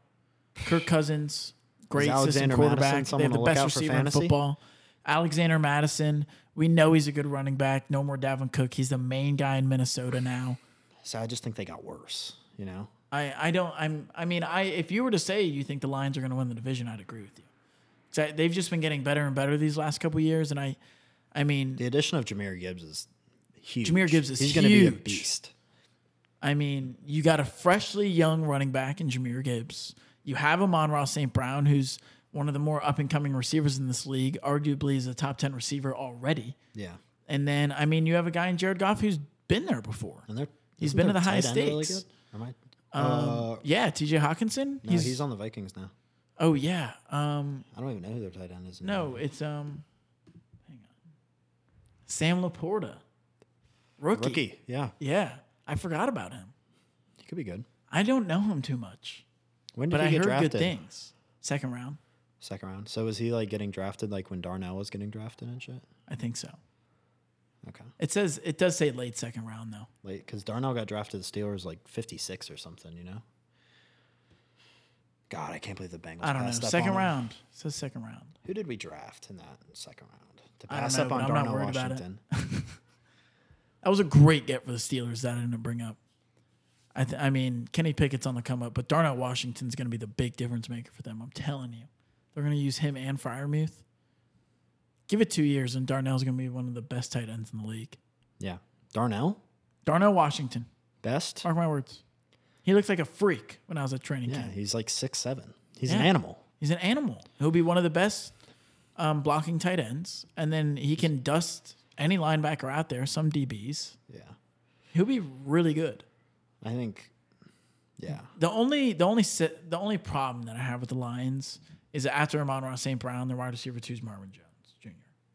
Speaker 1: Kirk Cousins, great system
Speaker 2: Alexander Madison
Speaker 1: quarterback. They
Speaker 2: someone
Speaker 1: have the
Speaker 2: to look
Speaker 1: best
Speaker 2: out for
Speaker 1: receiver in
Speaker 2: fantasy?
Speaker 1: football. Alexander Madison, we know he's a good running back. No more Davin Cook. He's the main guy in Minnesota now.
Speaker 2: so I just think they got worse. You know,
Speaker 1: I, I don't I'm I mean I if you were to say you think the Lions are going to win the division, I'd agree with you. 'Cause I- They've just been getting better and better these last couple years, and I I mean
Speaker 2: the addition of Jameer Gibbs is huge.
Speaker 1: Jahmyr Gibbs is
Speaker 2: he's gonna be a
Speaker 1: huge.
Speaker 2: beast.
Speaker 1: I mean, you got a freshly young running back in Jameer Gibbs. You have Amon Ross St. Brown, who's one of the more up and coming receivers in this league, arguably is a top 10 receiver already.
Speaker 2: Yeah,
Speaker 1: And then, I mean, you have a guy in Jared Goff who's been there before.
Speaker 2: and they're
Speaker 1: He's
Speaker 2: isn't
Speaker 1: been
Speaker 2: their
Speaker 1: to the
Speaker 2: tight
Speaker 1: highest
Speaker 2: end really
Speaker 1: stakes. Um,
Speaker 2: good? Am I? uh,
Speaker 1: yeah, TJ Hawkinson.
Speaker 2: no, he's, on the Vikings now.
Speaker 1: oh, yeah. Um,
Speaker 2: I don't even know who their tight end is. anymore.
Speaker 1: no, it's um, hang on. Sam Laporta, rookie.
Speaker 2: rookie. Yeah,
Speaker 1: Yeah, I forgot about him.
Speaker 2: he could be good.
Speaker 1: I don't know him too much,
Speaker 2: When did
Speaker 1: but
Speaker 2: he
Speaker 1: I
Speaker 2: get
Speaker 1: heard
Speaker 2: drafted?
Speaker 1: good things. Second round.
Speaker 2: Second round. So was he like getting drafted like when Darnell was getting drafted and shit?
Speaker 1: I think so.
Speaker 2: Okay.
Speaker 1: It says it does say late second round though.
Speaker 2: Late because Darnell got drafted to the Steelers like fifty six or something. You know. God, I can't believe the Bengals.
Speaker 1: I don't know.
Speaker 2: passed up
Speaker 1: Second
Speaker 2: on him.
Speaker 1: round. It says second round.
Speaker 2: Who did we draft in that second round to
Speaker 1: I don't
Speaker 2: pass
Speaker 1: know,
Speaker 2: up
Speaker 1: but
Speaker 2: on
Speaker 1: I'm not
Speaker 2: Darnell
Speaker 1: worried about it.
Speaker 2: Washington?
Speaker 1: That was a great get for the Steelers that I didn't bring up. I, th- I mean, Kenny Pickett's on the come up, but Darnell Washington's going to be the big difference maker for them. I'm telling you. They're going to use him and Fryermuth. Give it two years, and Darnell's going to be one of the best tight ends in the league.
Speaker 2: Yeah, Darnell
Speaker 1: Darnell Washington.
Speaker 2: best.
Speaker 1: Mark my words. He looks like a freak when I was at training
Speaker 2: Yeah,
Speaker 1: camp.
Speaker 2: he's like six seven. He's an
Speaker 1: Yeah.
Speaker 2: animal.
Speaker 1: He's an animal. He'll be one of the best um, blocking tight ends, and then he can dust any linebacker out there, some DBs.
Speaker 2: Yeah,
Speaker 1: He'll be really good.
Speaker 2: I think. Yeah,
Speaker 1: The only the only si- the only problem that I have with the Lions is that after Amon Ross St. Brown, their wide receiver two is Marvin Jones Jr.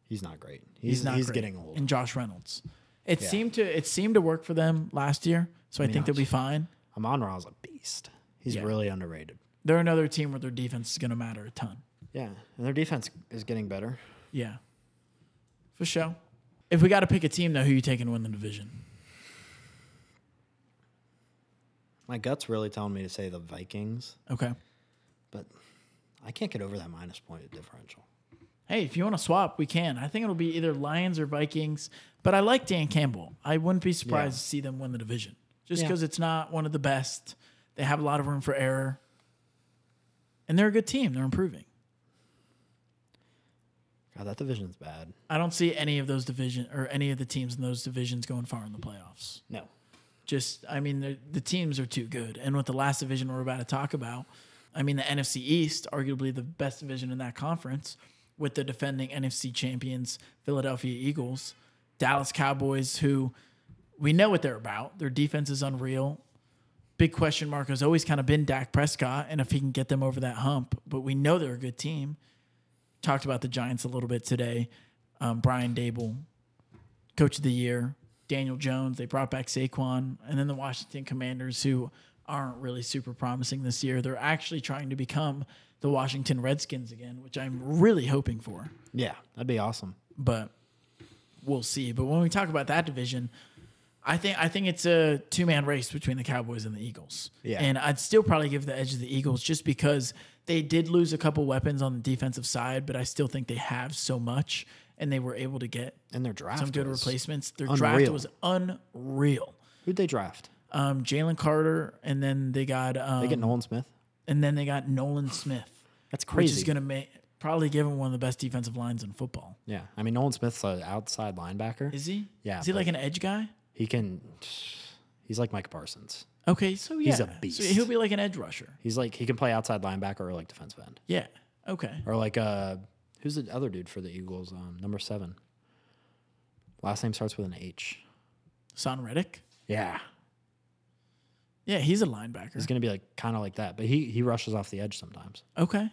Speaker 2: he's not great. He's
Speaker 1: He's
Speaker 2: he's,
Speaker 1: not great.
Speaker 2: getting old.
Speaker 1: And Josh Reynolds. It
Speaker 2: Yeah.
Speaker 1: seemed to it seemed to work for them last year, so I think they'll be fine.
Speaker 2: Amon Ra's a beast. He's
Speaker 1: Yeah.
Speaker 2: really underrated.
Speaker 1: They're another team where their defense is going to matter a ton.
Speaker 2: Yeah, and their defense is getting better.
Speaker 1: Yeah, for sure. If we got to pick a team though, who you taking to win the division?
Speaker 2: My gut's really telling me to say the Vikings,
Speaker 1: Okay.
Speaker 2: but I can't get over that minus point differential.
Speaker 1: Hey, if you want to swap, we can. I think it'll be either Lions or Vikings. But I like Dan Campbell. I wouldn't be surprised
Speaker 2: Yeah.
Speaker 1: to see them win the division just
Speaker 2: Yeah.
Speaker 1: because it's not one of the best. They have a lot of room for error. And they're a good team. They're improving.
Speaker 2: God, that division's bad.
Speaker 1: I don't see any of those division or any of the teams in those divisions going far in the playoffs.
Speaker 2: No.
Speaker 1: Just, I mean, the- the teams are too good. And with the last division we're about to talk about, I mean, the NFC East, arguably the best division in that conference, with the defending NFC champions, Philadelphia Eagles, Dallas Cowboys, who we know what they're about. Their defense is unreal. Big question mark has always kind of been Dak Prescott and if he can get them over that hump, but we know they're a good team. Talked about the Giants a little bit today. Um, Brian Dable, coach of the year, Daniel Jones, they brought back Saquon, and then the Washington Commanders, who aren't really super promising this year. They're actually trying to become the Washington Redskins again, which I'm really hoping for
Speaker 2: Yeah, that'd be awesome.
Speaker 1: but we'll see. But when we talk about that division, I think I think it's a two man race between the Cowboys and the Eagles.
Speaker 2: Yeah.
Speaker 1: And I'd still probably give the edge to the Eagles just because they did lose a couple weapons on the defensive side, but I still think they have so much and they were able to get
Speaker 2: And their draft.
Speaker 1: some good
Speaker 2: was-
Speaker 1: replacements. Their draft
Speaker 2: unreal.
Speaker 1: was unreal.
Speaker 2: Who'd they draft?
Speaker 1: Um, Jalen Carter, and then they got um,
Speaker 2: They get Nolan Smith.
Speaker 1: and then they got Nolan Smith,
Speaker 2: That's
Speaker 1: which
Speaker 2: crazy.
Speaker 1: is going to make probably give him one of the best defensive lines in football.
Speaker 2: yeah, I mean Nolan Smith's an outside linebacker.
Speaker 1: Is he?
Speaker 2: Yeah,
Speaker 1: Is he
Speaker 2: but-
Speaker 1: like an edge guy?
Speaker 2: he can. He's like Mike Parsons.
Speaker 1: Okay, so yeah,
Speaker 2: He's a
Speaker 1: So
Speaker 2: beast.
Speaker 1: he'll be like an edge rusher.
Speaker 2: He's like he can play outside linebacker or like defensive end
Speaker 1: Yeah. Okay.
Speaker 2: or like uh who's the other dude for the Eagles? Um, number seven. Last name starts with an H.
Speaker 1: Son Reddick.
Speaker 2: Yeah,
Speaker 1: Yeah, he's a linebacker.
Speaker 2: he's gonna be like kind of like that, but he he rushes off the edge sometimes.
Speaker 1: okay.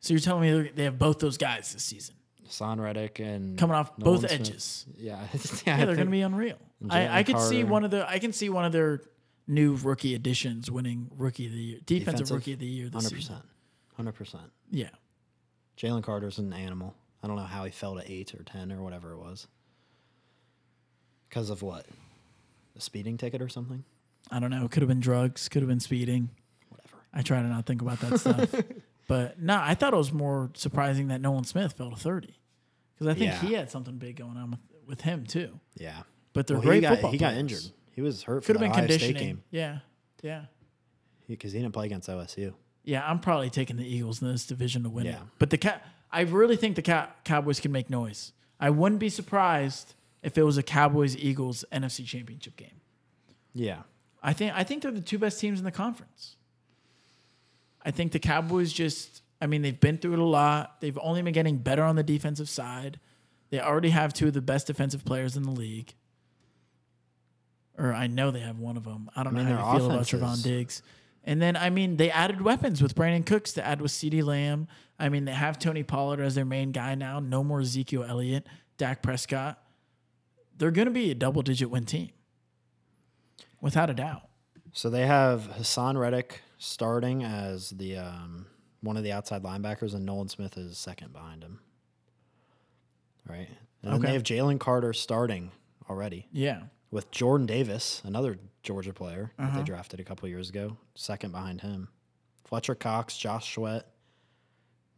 Speaker 1: So you're telling me they're- they have both those guys this season
Speaker 2: Son Reddick and
Speaker 1: coming off
Speaker 2: Nolan
Speaker 1: both
Speaker 2: Smith.
Speaker 1: edges.
Speaker 2: Yeah, (laughs)
Speaker 1: Yeah, they're going to be unreal.
Speaker 2: Jalen
Speaker 1: I, I could see
Speaker 2: Carter.
Speaker 1: one of the. I can see one of their new rookie additions winning rookie of the year, defensive,
Speaker 2: Defensive,
Speaker 1: rookie of the year this
Speaker 2: hundred
Speaker 1: season.
Speaker 2: percent, hundred percent.
Speaker 1: Yeah.
Speaker 2: Jalen Carter's an animal. I don't know how he fell to eight or ten or whatever it was. Because of what? A speeding ticket or something?
Speaker 1: I don't know. Could have been drugs. Could have been speeding.
Speaker 2: Whatever.
Speaker 1: I try to not think about that
Speaker 2: (laughs)
Speaker 1: stuff. But no, I thought it was more surprising that Nolan Smith fell to thirty because I think
Speaker 2: Yeah.
Speaker 1: he had something big going on with, with him too.
Speaker 2: Yeah.
Speaker 1: But they're
Speaker 2: Well,
Speaker 1: great
Speaker 2: he got,
Speaker 1: football.
Speaker 2: he got
Speaker 1: players.
Speaker 2: injured. He was hurt for
Speaker 1: Could
Speaker 2: the
Speaker 1: have been
Speaker 2: Ohio State
Speaker 1: conditioning.
Speaker 2: game
Speaker 1: Yeah, yeah,
Speaker 2: because he didn't play against OSU.
Speaker 1: yeah. I'm probably taking the Eagles in this division to win it.
Speaker 2: Yeah.
Speaker 1: But the cat, I really think the Cow- Cowboys can make noise. I wouldn't be surprised if it was a Cowboys Eagles NFC Championship game.
Speaker 2: Yeah.
Speaker 1: I think I think they're the two best teams in the conference. I think the Cowboys just I mean they've been through it a lot. They've only been getting better on the defensive side. They already have two of the best defensive players in the league. Or I know they have one of them. I don't
Speaker 2: mean,
Speaker 1: know
Speaker 2: their
Speaker 1: how you feel about
Speaker 2: offense
Speaker 1: Trevon
Speaker 2: is-
Speaker 1: Diggs. And then I mean they added weapons with Brandon Cooks to add with CeeDee Lamb. I mean they have Tony Pollard as their main guy now. No more Ezekiel Elliott, Dak Prescott. They're going to be a double digit win team. Without a doubt.
Speaker 2: So they have Hassan Reddick starting as the um, one of the outside linebackers, and Nolan Smith is second behind him. Right. And then
Speaker 1: Okay.
Speaker 2: they have Jalen Carter starting already
Speaker 1: Yeah.
Speaker 2: with Jordan Davis, another Georgia player that they drafted a couple years ago, second behind him. Fletcher Cox, Josh Schwett,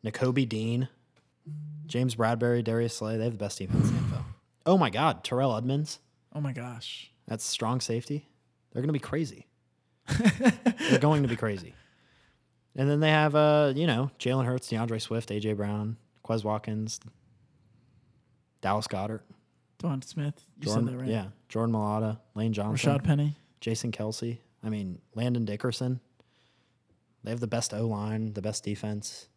Speaker 2: N'Kobe Dean, James Bradbury, Darius Slay. They have the best defense in the NFL. Oh my God, Terrell Edmonds.
Speaker 1: Oh my gosh.
Speaker 2: That's strong safety. They're going to
Speaker 1: (laughs)
Speaker 2: be crazy. They're going to be crazy. And then they have, uh, you know, Jalen Hurts, DeAndre Swift, AJ Brown, Quez Watkins, Dallas Goddard,
Speaker 1: Devon Smith. You
Speaker 2: Jordan,
Speaker 1: said that right.
Speaker 2: yeah, Jordan Malata, Lane Johnson,
Speaker 1: Rashad Penny.
Speaker 2: Jason Kelsey. I mean, Landon Dickerson. They have the best O line, the best defense.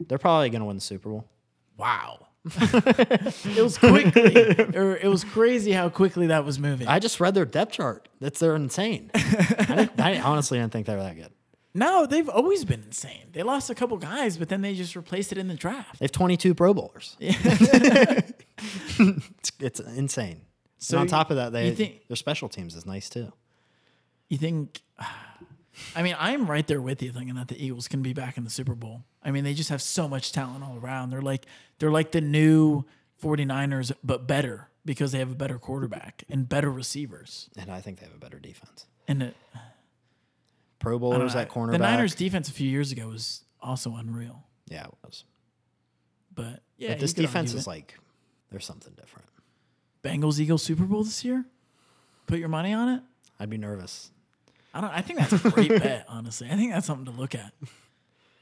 Speaker 2: They're probably going to win the Super Bowl.
Speaker 1: Wow. (laughs) it was quickly. or it was crazy how quickly that was moving.
Speaker 2: I just read their depth chart. That's
Speaker 1: (laughs)
Speaker 2: they're insane. I, didn't, I honestly didn't think they were that good.
Speaker 1: no, they've always been insane. They lost a couple guys, but then they just replaced it in the draft.
Speaker 2: They have 22 Pro Bowlers. (laughs) it's, it's insane.
Speaker 1: So
Speaker 2: and on top of that, they
Speaker 1: you think-
Speaker 2: their special teams is nice too.
Speaker 1: You think? (sighs) I mean, I'm right there with you, thinking that the Eagles can be back in the Super Bowl. I mean, they just have so much talent all around. They're like they're like the new 49ers, but better because they have a better quarterback and better receivers.
Speaker 2: And I think they have a better defense.
Speaker 1: And it,
Speaker 2: Pro Bowlers at cornerback.
Speaker 1: the Niners' defense a few years ago was also unreal.
Speaker 2: yeah, it was.
Speaker 1: But yeah,
Speaker 2: But this defense is like there's something different.
Speaker 1: Bengals Eagles Super Bowl this year. Put your money on it.
Speaker 2: I'd be nervous.
Speaker 1: I don't. I think that's a great bet. (laughs) Honestly, I think that's something to look at.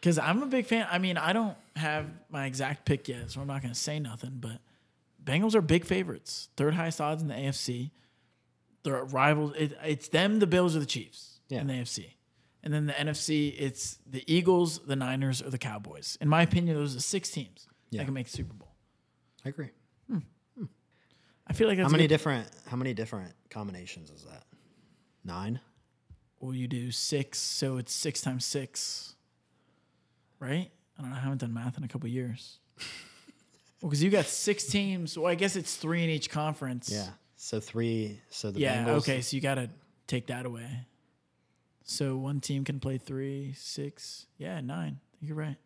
Speaker 1: Because I'm a big fan. I mean, I don't have my exact pick yet, so I'm not going to say nothing. But Bengals are big favorites, third highest odds in the AFC. They're rivals. It, it's them, the Bills, or the Chiefs
Speaker 2: Yeah.
Speaker 1: in the AFC. And then the NFC, it's the Eagles, the Niners, or the Cowboys. In my opinion, those are six teams
Speaker 2: Yeah.
Speaker 1: that can make the Super Bowl.
Speaker 2: I agree.
Speaker 1: I feel like that's
Speaker 2: How many
Speaker 1: a good-
Speaker 2: different how many different combinations is that? Nine?
Speaker 1: well, you do six, so it's six times six, right? I don't know. I haven't done math in a couple of
Speaker 2: (laughs)
Speaker 1: years. well, because you got six teams. Well, I guess it's three in each conference.
Speaker 2: Yeah. So three so the
Speaker 1: Yeah.
Speaker 2: Bengals
Speaker 1: Okay. So you got to take that away. So one team can play three, six, yeah, nine. You're right.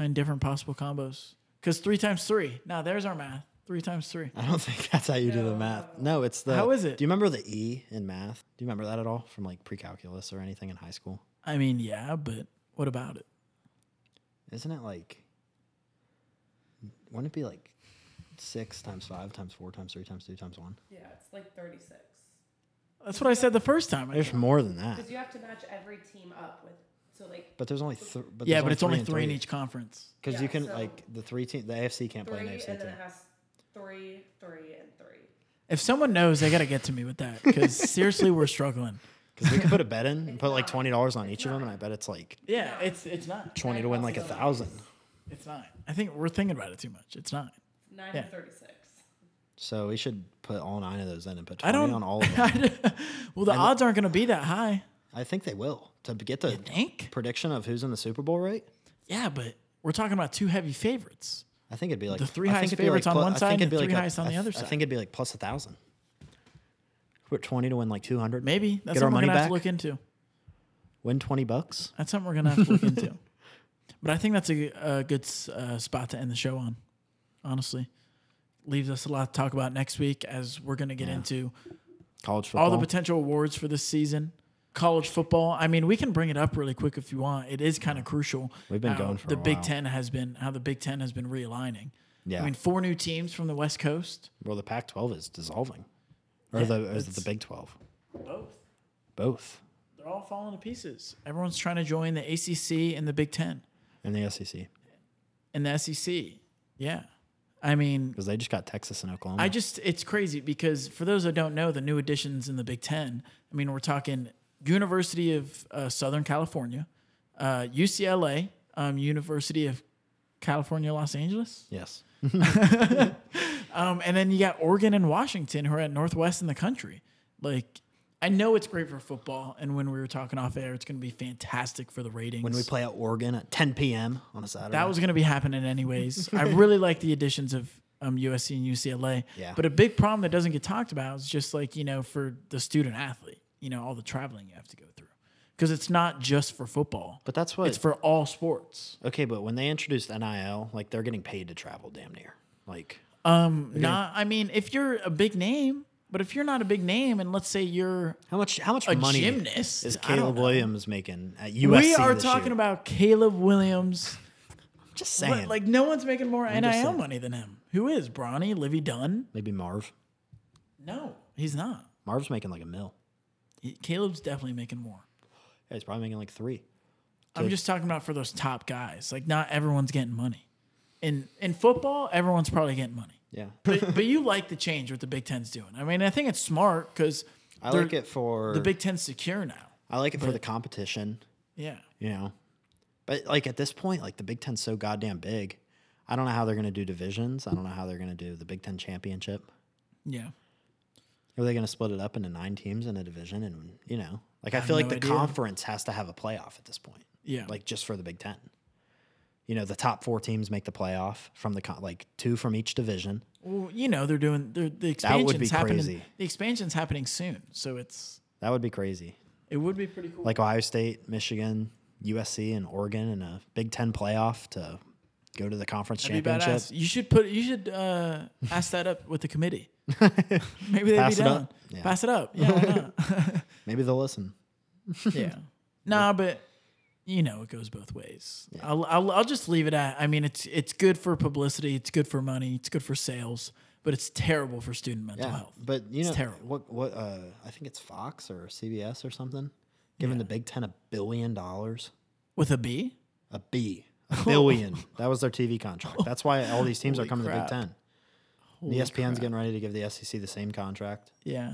Speaker 1: Nine different possible combos. Because three times three. Now there's our math. Three times three.
Speaker 2: (laughs) I don't think that's how you do the math. No, it's the
Speaker 1: How is it?
Speaker 2: Do you remember the E in math? Do you remember that at all from like pre calculus or anything in high school?
Speaker 1: I mean, yeah, but what about it?
Speaker 2: Isn't it like wouldn't it be like six times five times four times three times two times one?
Speaker 3: Yeah, it's like 36.
Speaker 1: That's what I said the first time.
Speaker 2: There's more than that.
Speaker 3: Because you have to match every team up with. So, like,
Speaker 2: But there's only three but
Speaker 1: yeah,
Speaker 2: there's
Speaker 1: but it's only
Speaker 2: and
Speaker 1: three in each conference.
Speaker 2: Because
Speaker 3: Yeah,
Speaker 2: you can
Speaker 3: so-
Speaker 2: like the three team the AFC can't
Speaker 3: three,
Speaker 2: play an
Speaker 3: and
Speaker 2: AFC
Speaker 3: then
Speaker 2: team.
Speaker 3: it has three, three, and three.
Speaker 1: If someone knows, they gotta get to me with that
Speaker 2: (laughs)
Speaker 1: because seriously, we're struggling.
Speaker 2: Because we could
Speaker 3: (laughs)
Speaker 2: put a bet in and put like
Speaker 3: not.
Speaker 2: twenty dollars on each of them, and I bet it's like
Speaker 1: Yeah, it's it's not.
Speaker 2: twenty to win like a thousand.
Speaker 1: It's not. I think we're thinking about it too much. It's not.
Speaker 3: Nine
Speaker 1: Yeah.
Speaker 3: and 36.
Speaker 2: So we should put all nine of those in and put
Speaker 1: I
Speaker 2: twenty
Speaker 1: don't.
Speaker 2: on
Speaker 1: (laughs)
Speaker 2: all of them.
Speaker 1: well, the odds aren't gonna be that high.
Speaker 2: I think they will to get the
Speaker 1: Think.
Speaker 2: prediction of who's in the Super Bowl right.
Speaker 1: Yeah, but we're talking about two heavy favorites.
Speaker 2: I think it'd be like
Speaker 1: The three
Speaker 2: I think
Speaker 1: highest
Speaker 2: it'd be, like,
Speaker 1: favorites on
Speaker 2: plu-
Speaker 1: one
Speaker 2: I
Speaker 1: side and
Speaker 2: think
Speaker 1: the
Speaker 2: it'd be,
Speaker 1: three
Speaker 2: like, a-
Speaker 1: highest on
Speaker 2: I
Speaker 1: the
Speaker 2: th-
Speaker 1: other
Speaker 2: I
Speaker 1: side.
Speaker 2: think it'd be like plus a thousand. Put twenty to win like two hundred.
Speaker 1: Maybe that's
Speaker 2: Get
Speaker 1: something
Speaker 2: our
Speaker 1: we're
Speaker 2: money
Speaker 1: gonna have
Speaker 2: back?
Speaker 1: to look into.
Speaker 2: win twenty bucks.
Speaker 1: That's something we're gonna have to look
Speaker 2: (laughs)
Speaker 1: into. But I think that's a, a good s- uh, spot to end the show on. Honestly, leaves us a lot to talk about next week as we're gonna get into
Speaker 2: College football.
Speaker 1: all the potential awards for this season. College football. I mean, we can bring it up really quick if you want. It is kind of crucial.
Speaker 2: We've been
Speaker 1: how
Speaker 2: going for
Speaker 1: the
Speaker 2: a
Speaker 1: Big
Speaker 2: while.
Speaker 1: Ten has been how the Big Ten has been realigning.
Speaker 2: Yeah.
Speaker 1: I mean, four new teams from the West Coast.
Speaker 2: well, the Pac twelve is dissolving, or
Speaker 1: Yeah,
Speaker 2: the or is it
Speaker 1: it's-
Speaker 2: the Big Twelve?
Speaker 1: Both.
Speaker 2: Both
Speaker 1: They're all falling to pieces. Everyone's trying to join the ACC and the Big Ten
Speaker 2: and the E SEC
Speaker 1: and the SEC. Yeah. I mean,
Speaker 2: because they just got Texas and Oklahoma.
Speaker 1: I just it's crazy because for those that don't know, the new additions in the Big Ten. I mean, we're talking University of uh, Southern California, uh, UCLA, um, University of California, Los Angeles,
Speaker 2: yes.
Speaker 1: um, and then you got Oregon and Washington, who are at Northwest in the country. Like, I know it's great for football, and when we were talking off air, it's going to be fantastic for the ratings.
Speaker 2: When we play at Oregon at 10 p.m. on a Saturday.
Speaker 1: that was going to be happening anyways.
Speaker 2: (laughs)
Speaker 1: I really like the additions of um, USC and UCLA.
Speaker 2: Yeah.
Speaker 1: But a big problem that doesn't get talked about is just like, you know, for the student athlete, you know, all the traveling you have to go through. because it's not just for football.
Speaker 2: But that's what
Speaker 1: it's for all sports.
Speaker 2: Okay, but when they introduced NIL, like they're getting paid to travel damn near. Like
Speaker 1: Um, not. I mean, if you're a big name, but if you're not a big name, and let's say you're
Speaker 2: how much how much
Speaker 1: a
Speaker 2: money
Speaker 1: gymnast,
Speaker 2: is
Speaker 1: I don't
Speaker 2: Caleb
Speaker 1: know.
Speaker 2: Williams making at USC?
Speaker 1: we are
Speaker 2: this
Speaker 1: talking
Speaker 2: year?
Speaker 1: about Caleb Williams.
Speaker 2: just
Speaker 1: But,
Speaker 2: saying,
Speaker 1: like no one's making more
Speaker 2: just
Speaker 1: NIL
Speaker 2: saying.
Speaker 1: money than him. Who is Bronny? Livy Dunn?
Speaker 2: maybe Marv.
Speaker 1: No, he's not.
Speaker 2: Marv's making like a mil.
Speaker 1: He- Caleb's definitely making more.
Speaker 2: Yeah, he's probably making like three.
Speaker 1: I'm just talking about for those top guys. Like not everyone's getting money. In in football, everyone's probably getting money.
Speaker 2: Yeah, (laughs)
Speaker 1: But, but you like the change what the Big Ten's doing. I mean, I think it's smart because
Speaker 2: I like it for
Speaker 1: the Big Ten's secure now.
Speaker 2: I like it for the competition.
Speaker 1: Yeah.
Speaker 2: You know, but like at this point, like the Big Ten's so goddamn big. I don't know how they're gonna do divisions. I don't know how they're gonna do the Big Ten championship.
Speaker 1: Yeah.
Speaker 2: Are they going to split it up into nine teams in a division? And you know, like I,
Speaker 1: have
Speaker 2: feel like
Speaker 1: no
Speaker 2: the
Speaker 1: idea.
Speaker 2: conference has to have a playoff at this point.
Speaker 1: Yeah.
Speaker 2: like just for the Big Ten. You know, the top four teams make the playoff from the con- like two from each division.
Speaker 1: Well, you know, they're doing they're, the
Speaker 2: That
Speaker 1: expansion's
Speaker 2: would be
Speaker 1: happening.
Speaker 2: crazy.
Speaker 1: The expansion's happening soon. So it's
Speaker 2: That would be crazy.
Speaker 1: it would be pretty cool.
Speaker 2: Like Ohio State, Michigan, USC, and Oregon in a Big Ten playoff to go to the conference
Speaker 1: That'd be
Speaker 2: championship.
Speaker 1: badass. You should put you should uh, ask that up with the
Speaker 2: (laughs)
Speaker 1: committee. Maybe they'd
Speaker 2: Pass
Speaker 1: be
Speaker 2: it
Speaker 1: down.
Speaker 2: up. Yeah.
Speaker 1: Pass it up. Yeah, why
Speaker 2: Maybe they'll listen.
Speaker 1: not? yeah.
Speaker 2: (laughs)
Speaker 1: Nah, but you know it goes both ways. I'll, I'll I'll just leave it at. I mean, it's it's good for publicity. It's good for money. It's good for sales. But it's terrible for student mental
Speaker 2: Yeah,
Speaker 1: health.
Speaker 2: but you know,
Speaker 1: terrible.
Speaker 2: what what uh, I think it's Fox or CBS or something giving the Big Ten a billion dollars.
Speaker 1: With a B,
Speaker 2: A B.
Speaker 1: (laughs)
Speaker 2: A billion. that was their TV contract. That's why all these teams are
Speaker 1: Holy
Speaker 2: coming
Speaker 1: crap.
Speaker 2: to Big Ten. E The ESPN's getting ready to give the SEC the same contract.
Speaker 1: yeah,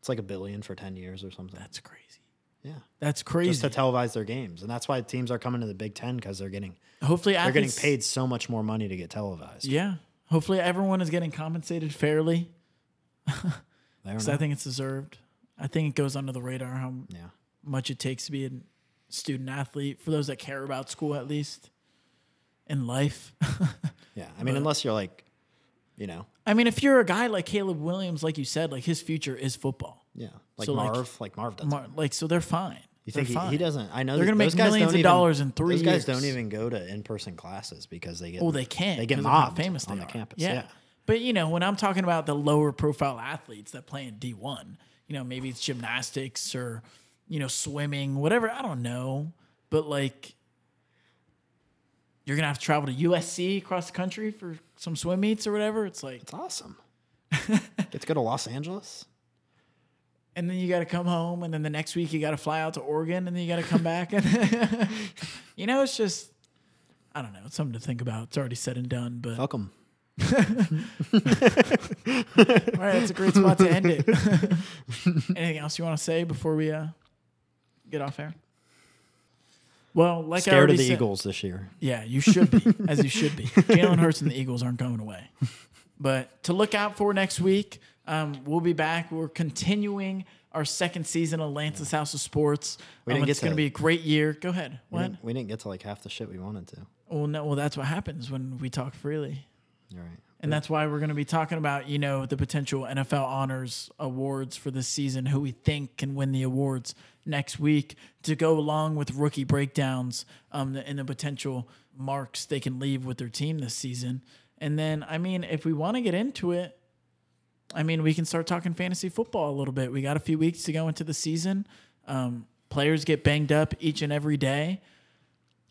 Speaker 2: It's like a billion for 10 years or something.
Speaker 1: that's crazy.
Speaker 2: yeah.
Speaker 1: That's crazy.
Speaker 2: Just to televise their games. And that's why teams are coming to the Big Ten because they're getting
Speaker 1: Hopefully,
Speaker 2: they're getting
Speaker 1: athletes,
Speaker 2: paid so much more money to get televised.
Speaker 1: Yeah. Hopefully, everyone is getting compensated fairly
Speaker 2: They don't
Speaker 1: because I
Speaker 2: know.
Speaker 1: think it's deserved. I think it goes under the radar how
Speaker 2: yeah.
Speaker 1: much it takes to be a student athlete for those that care about school at least in life. (laughs)
Speaker 2: Yeah. I mean, unless you're like, you know,
Speaker 1: I mean, if you're a guy like Caleb Williams, like you said, like his future is football.
Speaker 2: yeah. Like
Speaker 1: So, like,
Speaker 2: Marv. Like, Marv doesn't.
Speaker 1: Mar- like, so they're fine.
Speaker 2: you think he, he doesn't? I know
Speaker 1: They're
Speaker 2: that
Speaker 1: gonna
Speaker 2: those
Speaker 1: make
Speaker 2: guys
Speaker 1: millions
Speaker 2: don't
Speaker 1: of
Speaker 2: even-
Speaker 1: dollars in three
Speaker 2: Those guys
Speaker 1: years.
Speaker 2: don't even go to in person classes because they get.
Speaker 1: Well, Oh, they can't.
Speaker 2: They get
Speaker 1: 'cause of how
Speaker 2: mobbed
Speaker 1: famous
Speaker 2: on
Speaker 1: they
Speaker 2: the
Speaker 1: are.
Speaker 2: campus. yeah.
Speaker 1: But, you know, when I'm talking about the lower profile athletes that play in D1, you know, maybe it's gymnastics or, you know, swimming, whatever. I don't know. But, like, you're going to have to travel to USC across the country for some swim meets or whatever. It's like,
Speaker 2: It's awesome.
Speaker 1: (laughs)
Speaker 2: Get to go to Los Angeles.
Speaker 1: and then you got to come home, and then the next week you got to fly out to Oregon, and then you got to come back, (laughs) and you know it's just, I don't know, it's something to think about. It's already said and done, but all
Speaker 2: Fuck 'em.
Speaker 1: right, it's a great spot to end
Speaker 2: (laughs)
Speaker 1: it. Anything else you want to say before we uh, get off air? Well, like I
Speaker 2: Scared
Speaker 1: already
Speaker 2: of the
Speaker 1: said,
Speaker 2: Eagles this year.
Speaker 1: Yeah, you should
Speaker 2: (laughs)
Speaker 1: be, as you should be. Jalen Hurts and the Eagles aren't going away. But to look out for next week, um, we'll be back. We're continuing our second season of Lance's House of Sports.
Speaker 2: We
Speaker 1: Um,
Speaker 2: didn't get
Speaker 1: it's going to
Speaker 2: to-
Speaker 1: be a great year. Go ahead.
Speaker 2: We
Speaker 1: What?
Speaker 2: didn't, we didn't get to like half the shit we wanted to.
Speaker 1: Well, no, well, that's what happens when we talk freely.
Speaker 2: All right.
Speaker 1: And that's why we're going to be talking about, you know, the potential NFL honors awards for this season, who we think can win the awards next week to go along with rookie breakdowns um, and the potential marks they can leave with their team this season. And then, I mean, if we want to get into it, I mean, we can start talking fantasy football a little bit. We got a few weeks to go into the season. Um, players get banged up each and every day.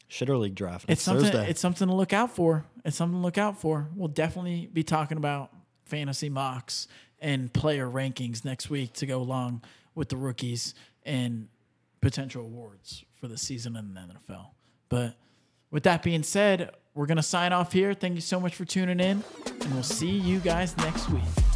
Speaker 2: Shitter League draft.
Speaker 1: It's
Speaker 2: It's
Speaker 1: something.
Speaker 2: Thursday.
Speaker 1: It's something to look out for. It's something to look out for. We'll definitely be talking about fantasy mocks and player rankings next week to go along with the rookies and potential awards for the season in the NFL. But with that being said, we're gonna sign off here. Thank you so much for tuning in, and we'll see you guys next week.